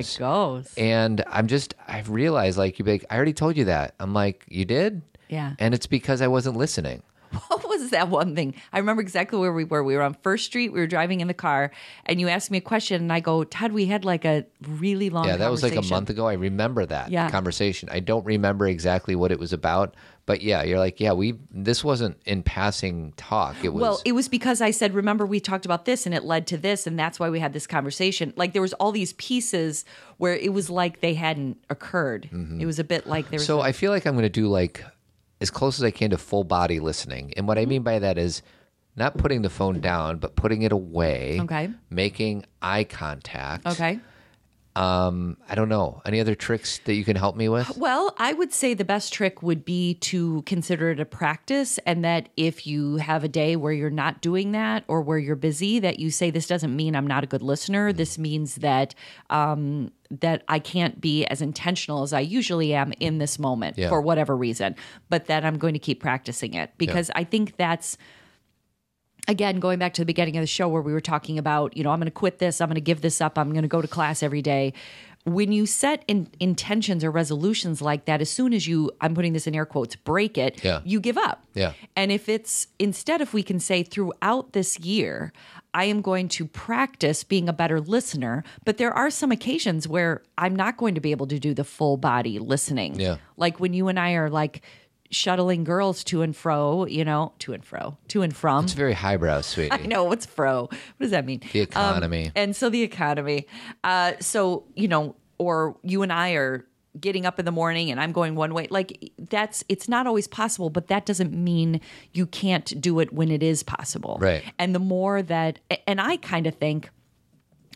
Speaker 2: it goes.
Speaker 1: and I'm just I've realized like you would be like I already told you that I'm like you did
Speaker 2: Yeah.
Speaker 1: and it's because I wasn't listening
Speaker 2: what was that one thing? I remember exactly where we were. We were on First Street. We were driving in the car, and you asked me a question, and I go, "Todd, we had like a really long
Speaker 1: yeah that was like a
Speaker 2: conversation."
Speaker 1: month ago I remember that
Speaker 2: Yeah.
Speaker 1: conversation I don't remember exactly what it was about but yeah you're like yeah we this wasn't in passing talk it was
Speaker 2: Well, it was because I said, "Remember, we talked about this, and it led to this, and that's why we had this conversation." Like there was all these pieces where it was like they hadn't occurred. It was a bit like there was.
Speaker 1: Mm-hmm. so I feel like I'm going to do like as close as I can to full body listening and what
Speaker 2: Mm-hmm.
Speaker 1: I mean by that is not putting the phone down but putting it away
Speaker 2: Okay.
Speaker 1: making eye contact
Speaker 2: okay.
Speaker 1: I don't know any other tricks that you can help me with
Speaker 2: Well, I would say the best trick would be to consider it a practice, and that if you have a day where you're not doing that or where you're busy, that you say, "This doesn't mean I'm not a good listener. This means that um, that I can't be as intentional as I usually am in this moment
Speaker 1: Yeah.
Speaker 2: for whatever reason, but that I'm going to keep practicing it because I think that's." again going back to the beginning of the show where we were talking about you know i'm going to quit this i'm going to give this up i'm going to go to class every day when you set in, intentions or resolutions like that as soon as you i'm putting this in air quotes break it
Speaker 1: Yeah.
Speaker 2: you give up
Speaker 1: Yeah.
Speaker 2: and if it's instead, if we can say throughout this year, I am going to practice being a better listener, but there are some occasions where I'm not going to be able to do the full body listening.
Speaker 1: Yeah.
Speaker 2: Like when you and I are like shuttling girls to and fro, you know, to and fro, to and from.
Speaker 1: It's very highbrow, sweetie.
Speaker 2: I know what's fro. What does that mean? Um,
Speaker 1: The economy.
Speaker 2: and so the economy. Uh, so you know, or you and I are getting up in the morning, and I'm going one way. Like that's it's not always possible, but that doesn't mean you can't do it when it is possible.
Speaker 1: Right.
Speaker 2: And the more that, and I kind of think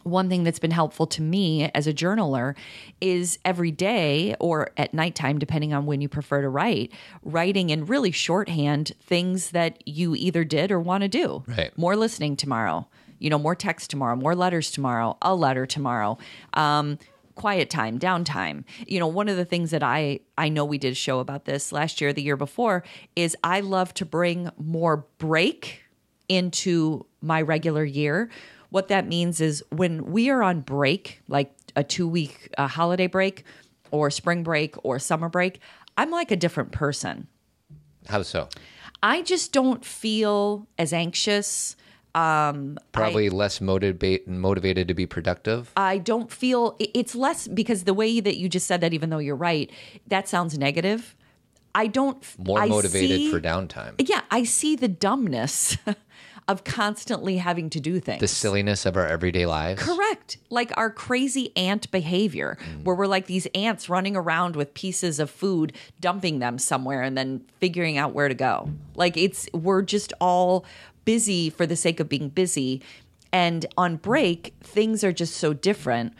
Speaker 2: one thing that's been helpful to me as a journaler is every day or at nighttime, depending on when you prefer to write, writing in really shorthand things that you either did or want to do.
Speaker 1: Right.
Speaker 2: More listening tomorrow, you know, more text tomorrow, more letters tomorrow, a letter tomorrow. Um, quiet time downtime you know one of the things that i i know we did a show about this last year the year before is i love to bring more break into my regular year. What that means is when we are on break, like a two week uh, holiday break or spring break or summer break, I'm like a different person.
Speaker 1: How so?
Speaker 2: I just don't feel as anxious.
Speaker 1: Probably less motivated motivated to be productive.
Speaker 2: I don't feel i- it's less because the way that you just said that, even though you're right, that sounds negative. I don't f-
Speaker 1: More
Speaker 2: I
Speaker 1: motivated
Speaker 2: see-
Speaker 1: for downtime.
Speaker 2: Yeah, I see the dumbness of constantly having to do things.
Speaker 1: The silliness of our everyday lives.
Speaker 2: Correct. Like our crazy ant behavior,
Speaker 1: Mm.
Speaker 2: where we're like these ants running around with pieces of food, dumping them somewhere and then figuring out where to go. Like it's, we're just all busy for the sake of being busy. And on break, things are just so different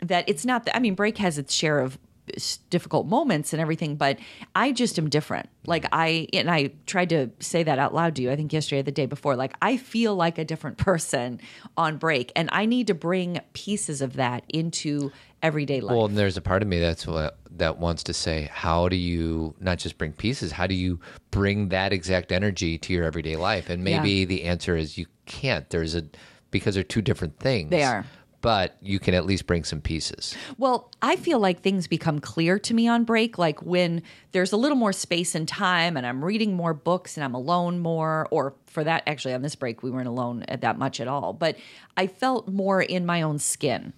Speaker 2: that it's not that, I mean, break has its share of s- difficult moments and everything, but I just am different. Like I, and I tried to say that out loud to you, I think yesterday or the day before, like I feel like a different person on break and I need to bring pieces of that into everyday life.
Speaker 1: Well, and there's a part of me that's what that wants to say, how do you not just bring pieces? How do you bring that exact energy to your everyday life? And
Speaker 2: Yeah.
Speaker 1: maybe the answer is you can't. There's a because they're two different things.
Speaker 2: They are.
Speaker 1: But you can at least bring some pieces.
Speaker 2: Well, I feel like things become clear to me on break, like when there's a little more space and time and I'm reading more books and I'm alone more, or for that, actually, on this break, we weren't alone at that much at all, but I felt more in my own skin.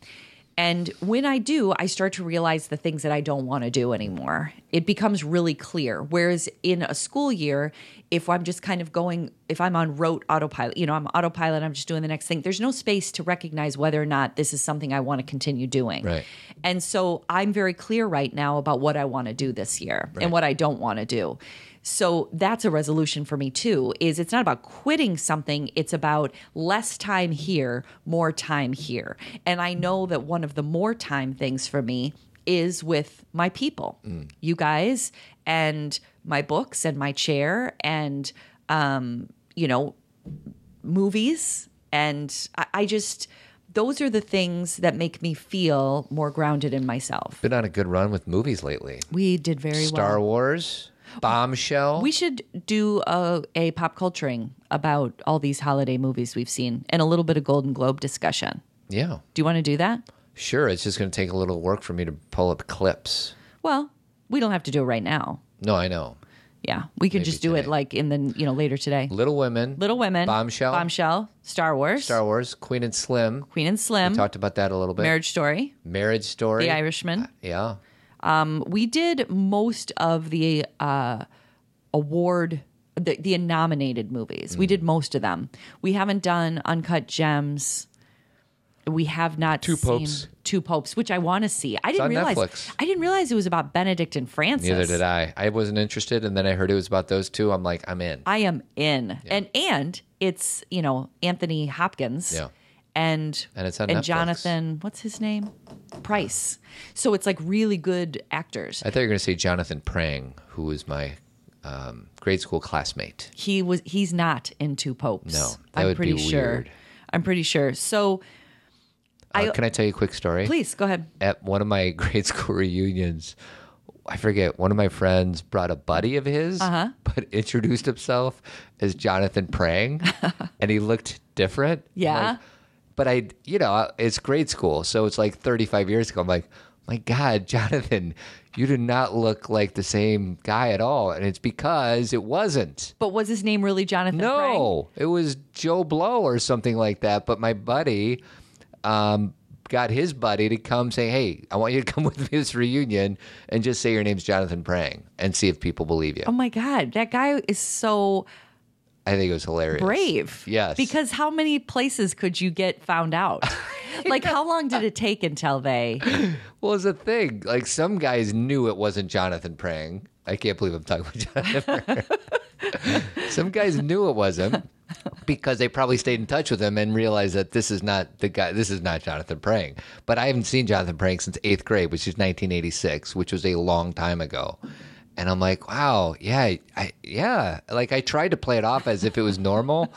Speaker 2: And when I do, I start to realize the things that I don't want to do anymore. It becomes really clear. Whereas in a school year, if I'm just kind of going, if I'm on rote autopilot, you know, I'm autopilot, I'm just doing the next thing, there's no space to recognize whether or not this is something I want to continue doing.
Speaker 1: Right.
Speaker 2: And so I'm very clear right now about what I want to do this year and what I don't want to do. So that's a resolution for me too is it's not about quitting something it's about less time here, more time here. And I know that one of the more time things for me is with my people. You guys and my books and my chair and um you know movies and I, I just those are the things that make me feel more grounded in myself
Speaker 1: Been on a good run with movies lately.
Speaker 2: we did very
Speaker 1: Star
Speaker 2: well
Speaker 1: Wars, Bombshell.
Speaker 2: we should do a, a pop culturing about all these holiday movies we've seen and a little bit of golden globe discussion
Speaker 1: yeah.
Speaker 2: do you want to do that
Speaker 1: Sure, it's just going to take a little work for me to pull up clips.
Speaker 2: well we don't have to do it right now
Speaker 1: No, I know.
Speaker 2: yeah we could just do it
Speaker 1: today.
Speaker 2: like in the you know later today
Speaker 1: Little Women,
Speaker 2: little women
Speaker 1: Bombshell,
Speaker 2: bombshell star wars
Speaker 1: Star Wars, Queen and Slim.
Speaker 2: queen and slim
Speaker 1: Talked about that a little bit.
Speaker 2: marriage story
Speaker 1: Marriage Story,
Speaker 2: the irishman
Speaker 1: Yeah,
Speaker 2: we did most of the uh, award the, the nominated movies
Speaker 1: Mm.
Speaker 2: we did most of them we haven't done uncut gems we have not
Speaker 1: Two
Speaker 2: seen
Speaker 1: Popes.
Speaker 2: two popes which i want to see i didn't
Speaker 1: on
Speaker 2: realize
Speaker 1: Netflix.
Speaker 2: i didn't realize it was about benedict and francis
Speaker 1: neither did I. I wasn't interested, and then I heard it was about those two. I'm like, I'm in.
Speaker 2: I am in. And and it's, you know, Anthony Hopkins.
Speaker 1: Yeah.
Speaker 2: And
Speaker 1: And it's on
Speaker 2: and
Speaker 1: Netflix.
Speaker 2: Jonathan, what's his name? Price. So it's like really good actors.
Speaker 1: I thought you were going to say Jonathan Prang, who was my um, grade school classmate.
Speaker 2: he was he's not in two popes.
Speaker 1: No, that
Speaker 2: I'm
Speaker 1: would
Speaker 2: pretty
Speaker 1: be
Speaker 2: sure.
Speaker 1: weird.
Speaker 2: I'm pretty sure. So
Speaker 1: Uh,
Speaker 2: I-
Speaker 1: can I tell you a quick story?
Speaker 2: please go ahead.
Speaker 1: at one of my grade school reunions, I forget, one of my friends brought a buddy of his, but introduced himself as Jonathan Prang and he looked different. I'm
Speaker 2: Yeah.
Speaker 1: like- but I, you know, it's grade school. So it's like 35 years ago. I'm like, my God, Jonathan, you do not look like the same guy at all. And it's because it wasn't.
Speaker 2: But was his name really Jonathan? Frank?
Speaker 1: No, it was Joe Blow or something like that. But my buddy um, got his buddy to come say, "Hey, I want you to come with me to this reunion and just say your name's Jonathan Prang and see if people believe you."
Speaker 2: Oh my God, that guy is so
Speaker 1: I think it was hilarious.
Speaker 2: brave.
Speaker 1: Yes.
Speaker 2: Because how many places could you get found out? like how long did it take until they
Speaker 1: well, it's a thing. Like some guys knew it wasn't Jonathan Prang. I can't believe I'm talking about Jonathan. Prang. some guys knew it wasn't. Because they probably stayed in touch with him and realized that this is not the guy. This is not Jonathan Prang. But I haven't seen Jonathan Prang since eighth grade, which is 1986, which was a long time ago. And I'm like, wow, yeah, I, yeah. Like I tried to play it off as if it was normal,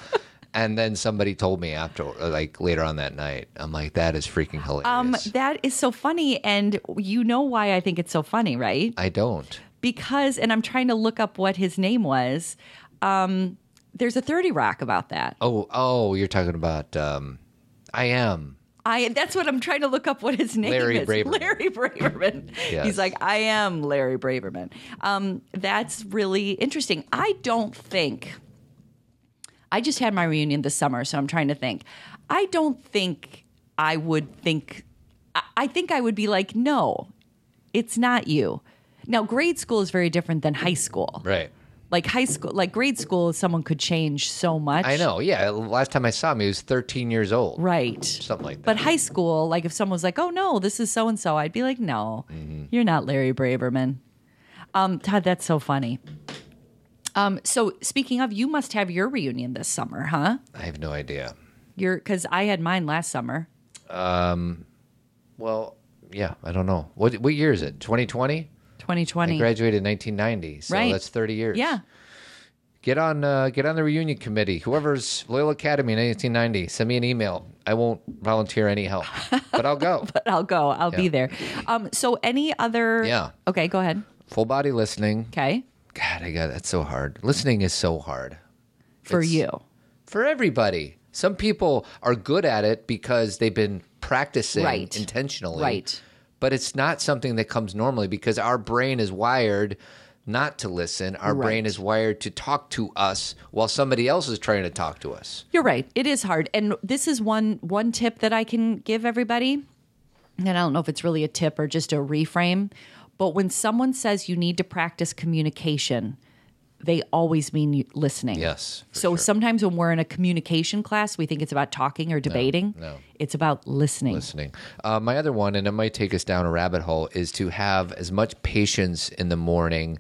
Speaker 1: and then somebody told me after, like later on that night, I'm like, that is freaking hilarious.
Speaker 2: Um, that is so funny. And you know why I think it's so funny, right?
Speaker 1: I don't.
Speaker 2: Because, and I'm trying to look up what his name was. Um, there's a 30 Rock about that.
Speaker 1: Oh, oh, you're talking about um, I am.
Speaker 2: I that's what I'm trying to look up what his name
Speaker 1: Larry
Speaker 2: is.
Speaker 1: Braverman.
Speaker 2: Larry Braverman.
Speaker 1: Yes.
Speaker 2: He's like, I am Larry Braverman. Um, that's really interesting. I don't think I just had my reunion this summer, so I'm trying to think. I don't think I would think. I- I think I would be like, no, it's not you. Now, grade school is very different than high school.
Speaker 1: Right.
Speaker 2: Like high school, like grade school, someone could change so much.
Speaker 1: I know. Yeah. Last time I saw him, he was 13 years old.
Speaker 2: Right.
Speaker 1: Something like that.
Speaker 2: But high school, like if someone was like, "Oh no, this is so and so," I'd be like, "No,
Speaker 1: Mm-hmm.
Speaker 2: you're not Larry Braverman." Um, Todd, that's so funny. Um, so speaking of, you must have your reunion this summer, huh?
Speaker 1: I have no idea.
Speaker 2: Your because I had mine last summer.
Speaker 1: Well, yeah, I don't know. What what year is it? 2020? I
Speaker 2: 2020.
Speaker 1: graduated in 1990, so
Speaker 2: Right.
Speaker 1: that's 30 years.
Speaker 2: Yeah.
Speaker 1: Get on uh, get on the reunion committee. Whoever's Loyal Academy in 1990, send me an email. I won't volunteer any help, but I'll go.
Speaker 2: But I'll go. I'll be
Speaker 1: Yeah.
Speaker 2: there. Um, so any other
Speaker 1: Yeah.
Speaker 2: Okay, go ahead.
Speaker 1: Full body listening.
Speaker 2: Okay.
Speaker 1: God, I got that's so hard. Listening is so hard.
Speaker 2: For
Speaker 1: It's-
Speaker 2: you.
Speaker 1: for everybody. Some people are good at it because they've been practicing
Speaker 2: Right.
Speaker 1: intentionally.
Speaker 2: Right.
Speaker 1: But it's not something that comes normally because our brain is wired not to listen. Our brain
Speaker 2: Right.
Speaker 1: is wired to talk to us while somebody else is trying to talk to us.
Speaker 2: You're right. It is hard. And this is one one tip that I can give everybody. And I don't know if it's really a tip or just a reframe, but when someone says you need to practice communication, they always mean you- listening.
Speaker 1: Yes, for
Speaker 2: So
Speaker 1: sure.
Speaker 2: sometimes when we're in a communication class, we think it's about talking or debating.
Speaker 1: no.
Speaker 2: It's about listening.
Speaker 1: Listening. Uh, my other one, and it might take us down a rabbit hole, is to have as much patience in the morning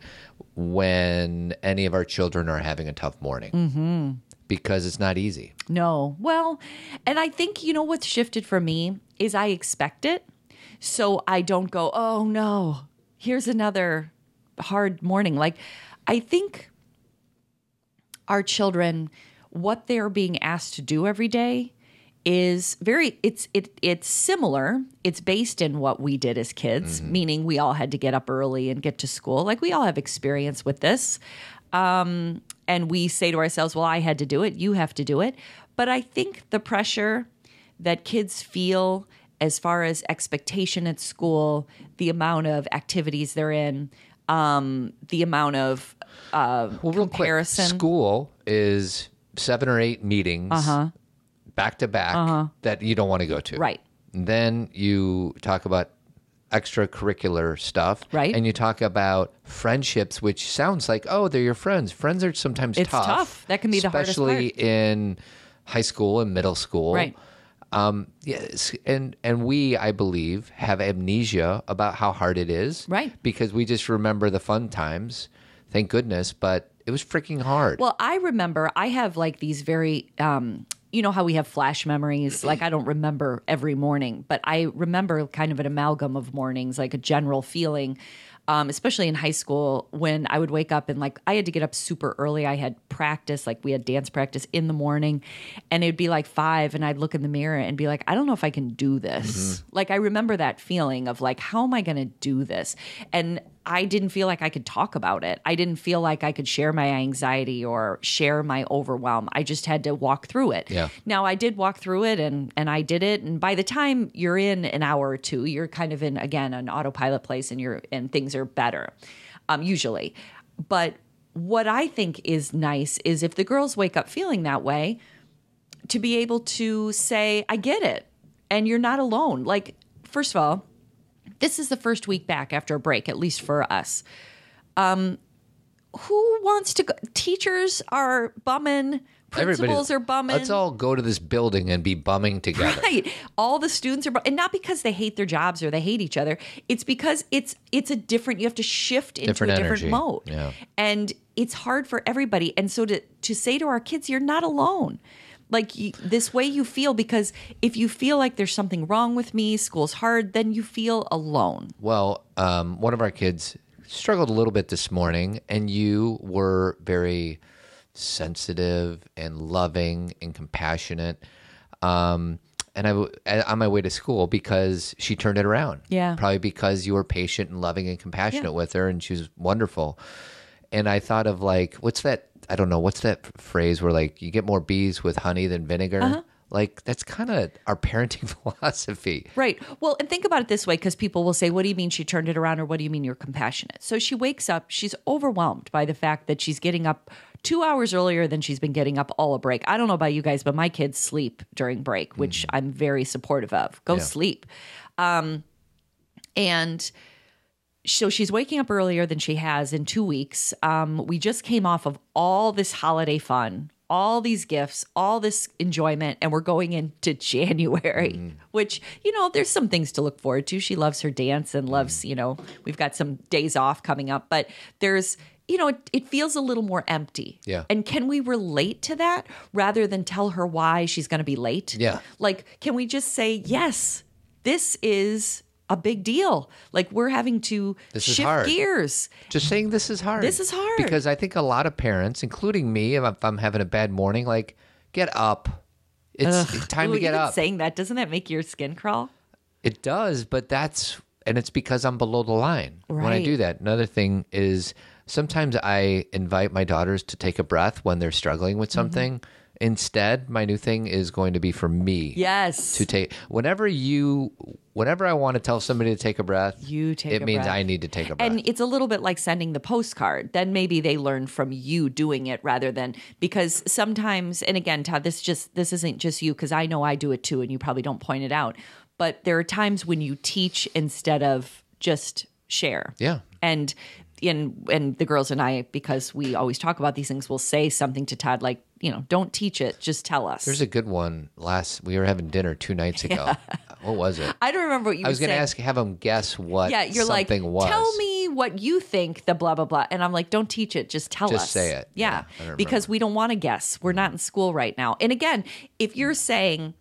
Speaker 1: when any of our children are having a tough morning. Mm-hmm. Because it's not easy.
Speaker 2: No. Well, and I think you know what's shifted for me is I expect it. So I don't go, "Oh no, here's another hard morning." Like I think our children what they're being asked to do every day is very it's it it's similar it's based in what we did as kids meaning we all had to get up early and get to school like we all have experience with this and we say to ourselves, well, I had to do it, you have to do it. But I think the pressure that kids feel as far as expectation at school, the amount of activities they're in, um, the amount of uh, comparison.
Speaker 1: School is seven or eight meetings back to back that you don't want to go to.
Speaker 2: Uh-huh. Right.
Speaker 1: And then you talk about extracurricular stuff.
Speaker 2: Right.
Speaker 1: And you talk about friendships, which sounds like, oh, they're your friends. Friends are sometimes
Speaker 2: It's
Speaker 1: tough.
Speaker 2: tough. That can be the hardest
Speaker 1: Especially in high school and middle school.
Speaker 2: Right.
Speaker 1: Um, yes, and and we, I believe, have amnesia about how hard it is,
Speaker 2: Right.
Speaker 1: Because we just remember the fun times, thank goodness. But it was freaking hard.
Speaker 2: Well, I remember I have like these very, um, you know, how we have flash memories. Like, I don't remember every morning, but I remember kind of an amalgam of mornings, like a general feeling, um, especially in high school when I would wake up and like I had to get up super early. I had practice, like, we had dance practice in the morning, and it'd be like five, and I'd look in the mirror and be like, I don't know if I can do this. Like, I remember that feeling of like, how am I going to do this? And I didn't feel like I could talk about it. I didn't feel like I could share my anxiety or share my overwhelm. I just had to walk through it.
Speaker 1: Yeah.
Speaker 2: Now I did walk through it and and I did it and by the time you're in an hour or two, you're kind of in again an autopilot place and you're and things are better. Um usually. But what I think is nice is if the girls wake up feeling that way, to be able to say, I get it. And you're not alone. Like, first of all, this is the first week back after a break, at least for us. Um, who wants to go? Teachers are bumming, principals are bumming.
Speaker 1: Let's all go to this building and be bumming together.
Speaker 2: Right. All the students are, bu- and not because they hate their jobs or they hate each other. It's because it's it's a different. You have to shift into
Speaker 1: Different
Speaker 2: a different
Speaker 1: energy.
Speaker 2: mode,
Speaker 1: Yeah.
Speaker 2: and it's hard for everybody. And so to to say to our kids, you're not alone. Like you, this way you feel because if you feel like there's something wrong with me, school's hard, then you feel alone.
Speaker 1: Well, um, one of our kids struggled a little bit this morning, and you were very sensitive and loving and compassionate. Um, and I w- a- on my way to school because she turned it around.
Speaker 2: Yeah.
Speaker 1: probably because you were patient and loving and compassionate
Speaker 2: Yeah.
Speaker 1: with her, and she was wonderful. And I thought
Speaker 2: Uh-huh.
Speaker 1: of like, what's that? I don't know. What's that phrase where like you get more bees with honey than vinegar? Like that's kind of our parenting philosophy.
Speaker 2: Right. Well, and think about it this way because people will say, What do you mean she turned it around? Or what do you mean you're compassionate? So she wakes up, she's overwhelmed by the fact that she's getting up two hours earlier than she's been getting up all a break. I don't know about you guys, but my kids sleep during break, which I'm very supportive of. Go sleep. Um, and so she's waking up earlier than she has in two weeks. Um, we just came off of all this holiday fun, all these gifts, all this enjoyment, and we're going into January, which, you know, there's some things to look forward to. She loves her dance and loves, you know, we've got some days off coming up, but there's, you know, it, it feels a little more empty.
Speaker 1: Yeah.
Speaker 2: And can we relate to that rather than tell her why she's going to be late?
Speaker 1: Yeah.
Speaker 2: Like, can we just say, yes, this is a big deal. Like, we're having to
Speaker 1: This is
Speaker 2: shift
Speaker 1: hard.
Speaker 2: gears.
Speaker 1: Just saying this is hard.
Speaker 2: This is hard.
Speaker 1: Because I think a lot of parents, including me, if I'm, if I'm having a bad morning, like get up. It's it's time
Speaker 2: Ooh,
Speaker 1: to get
Speaker 2: even
Speaker 1: up.
Speaker 2: Saying that, doesn't that make your skin crawl?
Speaker 1: It does, but that's and it's because I'm below the line when I
Speaker 2: Right.
Speaker 1: do that. Another thing is sometimes I invite my daughters to take a breath when they're struggling
Speaker 2: Mm-hmm.
Speaker 1: with something. Instead, my new thing is going to be for me.
Speaker 2: Yes.
Speaker 1: To take whenever you whenever I want to tell somebody to take a breath,
Speaker 2: You take
Speaker 1: it
Speaker 2: a
Speaker 1: means
Speaker 2: breath.
Speaker 1: I need to take a breath.
Speaker 2: and it's a little bit like sending the postcard. Then maybe they learn from you doing it rather than because sometimes, and again, Todd, this just this isn't just you because I know I do it too, and you probably don't point it out. But there are times when you teach instead of just share.
Speaker 1: Yeah.
Speaker 2: and and and the girls and I, because we always talk about these things, will say something to Todd like, you know, don't teach it, just tell us.
Speaker 1: There's a good one. Last we were having dinner two nights ago. What was it?
Speaker 2: I don't remember what you
Speaker 1: I was
Speaker 2: were
Speaker 1: going to
Speaker 2: saying.
Speaker 1: ask, have them guess what
Speaker 2: Yeah, you're like,
Speaker 1: something was.
Speaker 2: tell me what you think the blah blah blah, and I'm like, don't teach it, just tell
Speaker 1: Just
Speaker 2: us.
Speaker 1: say it.
Speaker 2: Yeah,
Speaker 1: Yeah, I don't
Speaker 2: because we don't want to guess. We're not in school right now. And again, if you're saying,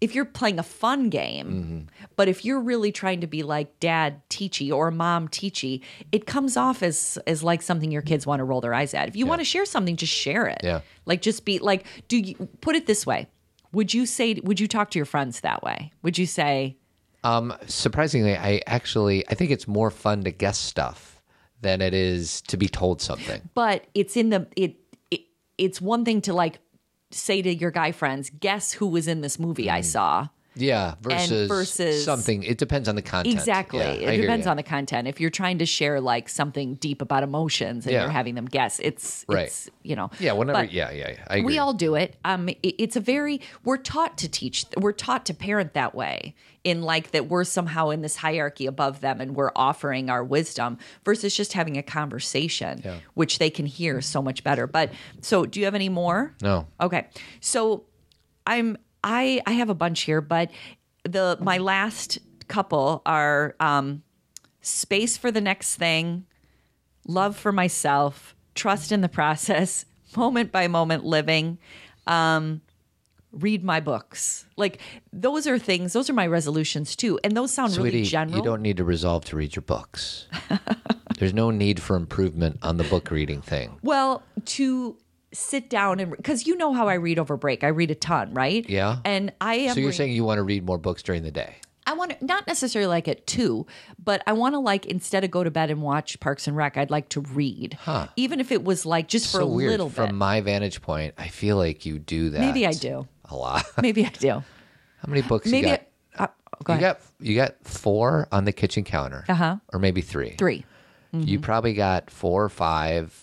Speaker 2: if you're playing a fun game,
Speaker 1: Mm-hmm.
Speaker 2: but if you're really trying to be like dad teachy or mom teachy, it comes off as as like something your kids want to roll their eyes at. If you want to share something, just share it.
Speaker 1: Yeah.
Speaker 2: like just be like, do you put it this way? Would you say? Would you talk to your friends that way? Would you say?
Speaker 1: surprisingly i actually i think it's more fun to guess stuff than it is to be told something
Speaker 2: but it's in the it, it it's one thing to like say to your guy friends guess who was in this movie
Speaker 1: Mm-hmm.
Speaker 2: i saw
Speaker 1: yeah versus,
Speaker 2: versus-
Speaker 1: something it depends on the content
Speaker 2: exactly
Speaker 1: Yeah, I
Speaker 2: it
Speaker 1: hear
Speaker 2: depends
Speaker 1: ya.
Speaker 2: on the content if you're trying to share like something deep about emotions and
Speaker 1: Yeah.
Speaker 2: you're having them guess it's
Speaker 1: Right.
Speaker 2: it's you know
Speaker 1: yeah whenever
Speaker 2: But-
Speaker 1: yeah yeah yeah, I agree.
Speaker 2: we all do it um it- it's a very we're taught to teach we're taught to parent that way in like that we're somehow in this hierarchy above them and we're offering our wisdom versus just having a conversation which they can hear so much better but so do you have any more
Speaker 1: No.
Speaker 2: okay so i'm i i have a bunch here but the my last couple are um space for the next thing love for myself, trust in the process, moment by moment living, um, read my books. Like those are things, those are my resolutions too. And those sound
Speaker 1: Sweetie,
Speaker 2: really general.
Speaker 1: you don't need to resolve to read your books there's no need for improvement on the book reading thing
Speaker 2: well, to sit down and because you know how I read over break. I read a ton, right?
Speaker 1: Yeah.
Speaker 2: And I am
Speaker 1: so you're
Speaker 2: re-
Speaker 1: saying you want to read more books during the day
Speaker 2: I want to not necessarily like at two, but I want to like instead of go to bed and watch Parks and Rec, I'd like to read. Even if it was like just for
Speaker 1: so
Speaker 2: a
Speaker 1: weird
Speaker 2: little
Speaker 1: from
Speaker 2: bit.
Speaker 1: my vantage point i feel like you do that
Speaker 2: Maybe I do.
Speaker 1: a lot
Speaker 2: Maybe I do.
Speaker 1: how many books
Speaker 2: Maybe
Speaker 1: you got
Speaker 2: I, uh, go
Speaker 1: you
Speaker 2: ahead.
Speaker 1: got you got four on the kitchen counter
Speaker 2: Uh-huh.
Speaker 1: or maybe three
Speaker 2: three. Mm-hmm.
Speaker 1: you probably got four or five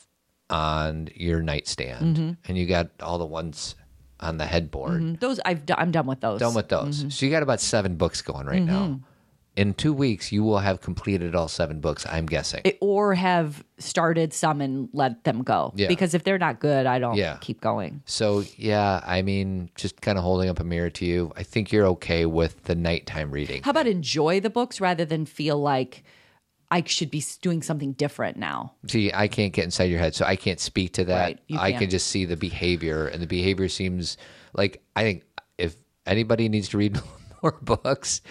Speaker 1: on your nightstand
Speaker 2: Mm-hmm.
Speaker 1: and you got all the ones on the headboard
Speaker 2: Those I've done, I'm done with those.
Speaker 1: done with those
Speaker 2: Mm-hmm.
Speaker 1: so you got about seven books going right now in two weeks you will have completed all seven books i'm guessing
Speaker 2: It- or have started some and let them go.
Speaker 1: Yeah.
Speaker 2: Because if they're not good, I don't
Speaker 1: Yeah.
Speaker 2: keep going.
Speaker 1: so yeah i mean just kind of holding up a mirror to you i think you're okay with the nighttime reading
Speaker 2: How about enjoy the books rather than feel like I should be s- doing something different now?
Speaker 1: see i can't get inside your head so i can't speak to that
Speaker 2: Right, you
Speaker 1: i
Speaker 2: can't.
Speaker 1: can just see the behavior and the behavior seems like i think if anybody needs to read more books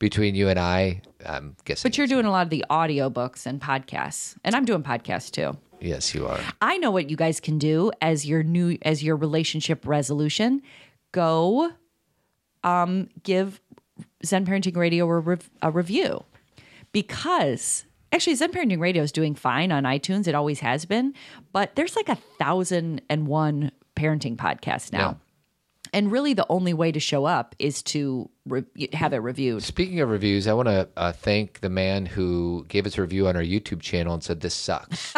Speaker 1: between you and i i'm guessing
Speaker 2: But you're doing a lot of the audiobooks and podcasts, and I'm doing podcasts too.
Speaker 1: yes you are
Speaker 2: I know what you guys can do as your new as your relationship resolution. Go um give Zen Parenting Radio a, rev- a review because actually Zen Parenting Radio is doing fine on iTunes. It always has been, but there's like a thousand and one parenting podcasts now. And really, the only way to show up is to re- have it reviewed.
Speaker 1: Speaking of reviews, I want to uh, thank the man who gave us a review on our YouTube channel and said this sucks.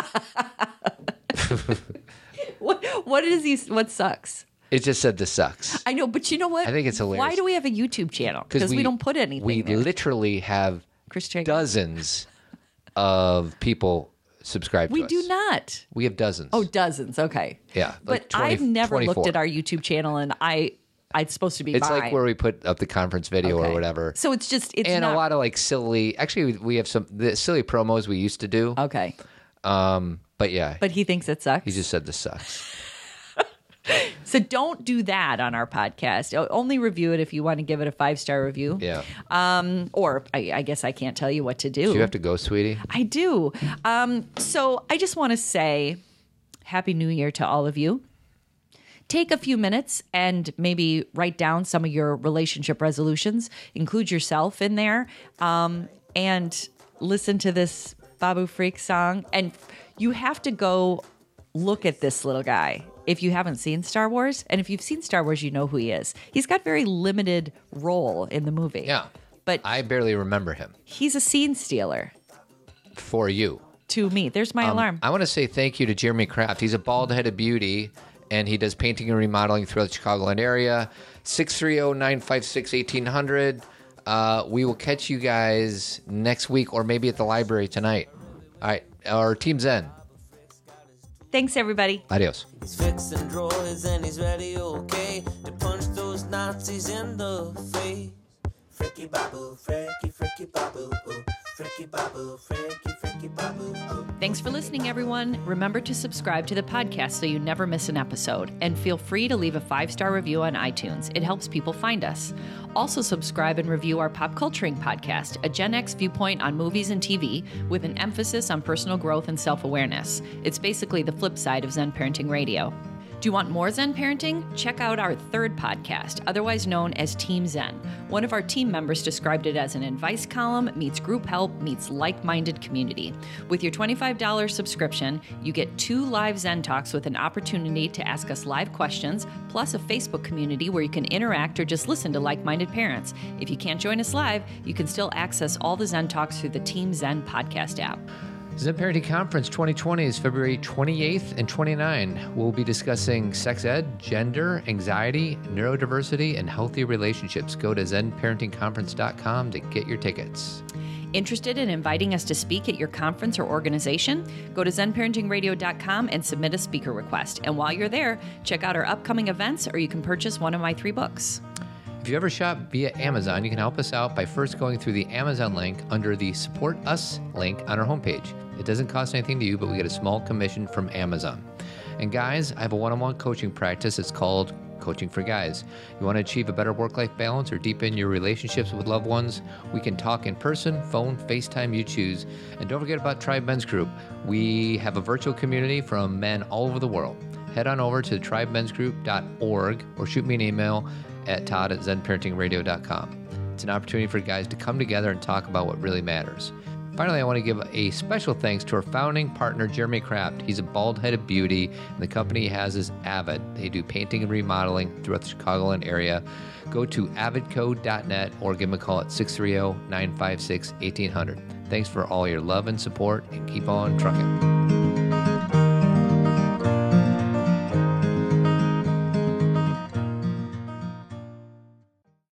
Speaker 2: What what is he? What sucks?
Speaker 1: it just said this sucks.
Speaker 2: I know, but you know what?
Speaker 1: I think it's hilarious.
Speaker 2: Why do we have a YouTube channel? Because we, don't put anything.
Speaker 1: We
Speaker 2: there.
Speaker 1: literally have
Speaker 2: Chris Jacob.
Speaker 1: dozens of people subscribed
Speaker 2: we
Speaker 1: to
Speaker 2: do
Speaker 1: us.
Speaker 2: not.
Speaker 1: We have dozens.
Speaker 2: Oh, dozens. Okay.
Speaker 1: Yeah, like
Speaker 2: but
Speaker 1: 20
Speaker 2: I've never looked
Speaker 1: 24.
Speaker 2: at our YouTube channel, and I it's supposed to be.
Speaker 1: it's like
Speaker 2: mine.
Speaker 1: where we put up the conference video or
Speaker 2: Okay.
Speaker 1: whatever.
Speaker 2: So it's just it's
Speaker 1: and
Speaker 2: not,
Speaker 1: a lot of like silly, actually, we- we have some the silly promos we used to do.
Speaker 2: Okay,
Speaker 1: But yeah,
Speaker 2: Oh. but he thinks it sucks.
Speaker 1: he just said this sucks.
Speaker 2: so don't do that on our podcast. O- Only review it if you want to give it a five star review.
Speaker 1: Yeah.
Speaker 2: Or I, I guess I can't tell you what to do.
Speaker 1: Do you have to go, sweetie?
Speaker 2: I do. Um, so I just want to say Happy New Year to all of you. Take a few minutes and maybe write down some of your relationship resolutions, include yourself in there, um, and listen to this Babu Freak song. And you have to go look at this little guy if you haven't seen Star Wars. And if you've seen Star Wars, you know who he is. He's got very limited role in the movie.
Speaker 1: Yeah.
Speaker 2: But
Speaker 1: I barely remember him
Speaker 2: he's a scene stealer
Speaker 1: for you.
Speaker 2: to me. There's my alarm.
Speaker 1: I want to say thank you to Jeremy Kraft. He's a bald headed beauty and he does painting and remodeling throughout the Chicagoland area. oh, 630 956 1800. Uh, We will catch you guys next week or maybe at the library tonight. All right. Our team's in.
Speaker 2: Thanks, everybody.
Speaker 1: Adios.
Speaker 6: He's fixing drawers and he's ready, okay, to punch those Nazis in the face.
Speaker 5: Freaky babu, freaky, freaky babu, ooh. Freaky babu, freaky, freaky babu, ooh.
Speaker 2: Thanks for listening, everyone. Remember to subscribe to the podcast so you never miss an episode. And feel free to leave a five star review on iTunes, it helps people find us. Also, subscribe and review our Pop Culturing podcast, a Gen X viewpoint on movies and TV with an emphasis on personal growth and self awareness. It's basically the flip side of Zen Parenting Radio. Do you want more Zen parenting? Check out our third podcast, otherwise known as Team Zen. One of our team members described it as an advice column meets group help meets like minded community. With your $25 subscription, you get two live Zen talks with an opportunity to ask us live questions, plus a Facebook community where you can interact or just listen to like minded parents. If you can't join us live, you can still access all the Zen talks through the Team Zen podcast app.
Speaker 1: Zen Parenting Conference 2020 is February 28th and 29. We'll be discussing sex ed, gender, anxiety, neurodiversity, and healthy relationships. Go to zenparentingconference.com to get your tickets.
Speaker 2: Interested in inviting us to speak at your conference or organization? Go to zenparentingradio.com and submit a speaker request. And while you're there, check out our upcoming events or you can purchase one of my three books.
Speaker 1: If you ever shop via Amazon, you can help us out by first going through the Amazon link under the Support Us link on our homepage. It doesn't cost anything to you, but we get a small commission from Amazon. And guys, I have a one on one coaching practice. It's called Coaching for Guys. You want to achieve a better work life balance or deepen your relationships with loved ones? We can talk in person, phone, FaceTime, you choose. And don't forget about Tribe Men's Group. We have a virtual community from men all over the world head on over to tribemensgroup.org or shoot me an email at todd at zenparentingradio.com. It's an opportunity for guys to come together and talk about what really matters. Finally, I want to give a special thanks to our founding partner, Jeremy Kraft. He's a bald headed beauty, and the company he has is Avid. They do painting and remodeling throughout the Chicagoland area. Go to avidco.net or give him a call at 630 956 1800. Thanks for all your love and support, and keep on trucking.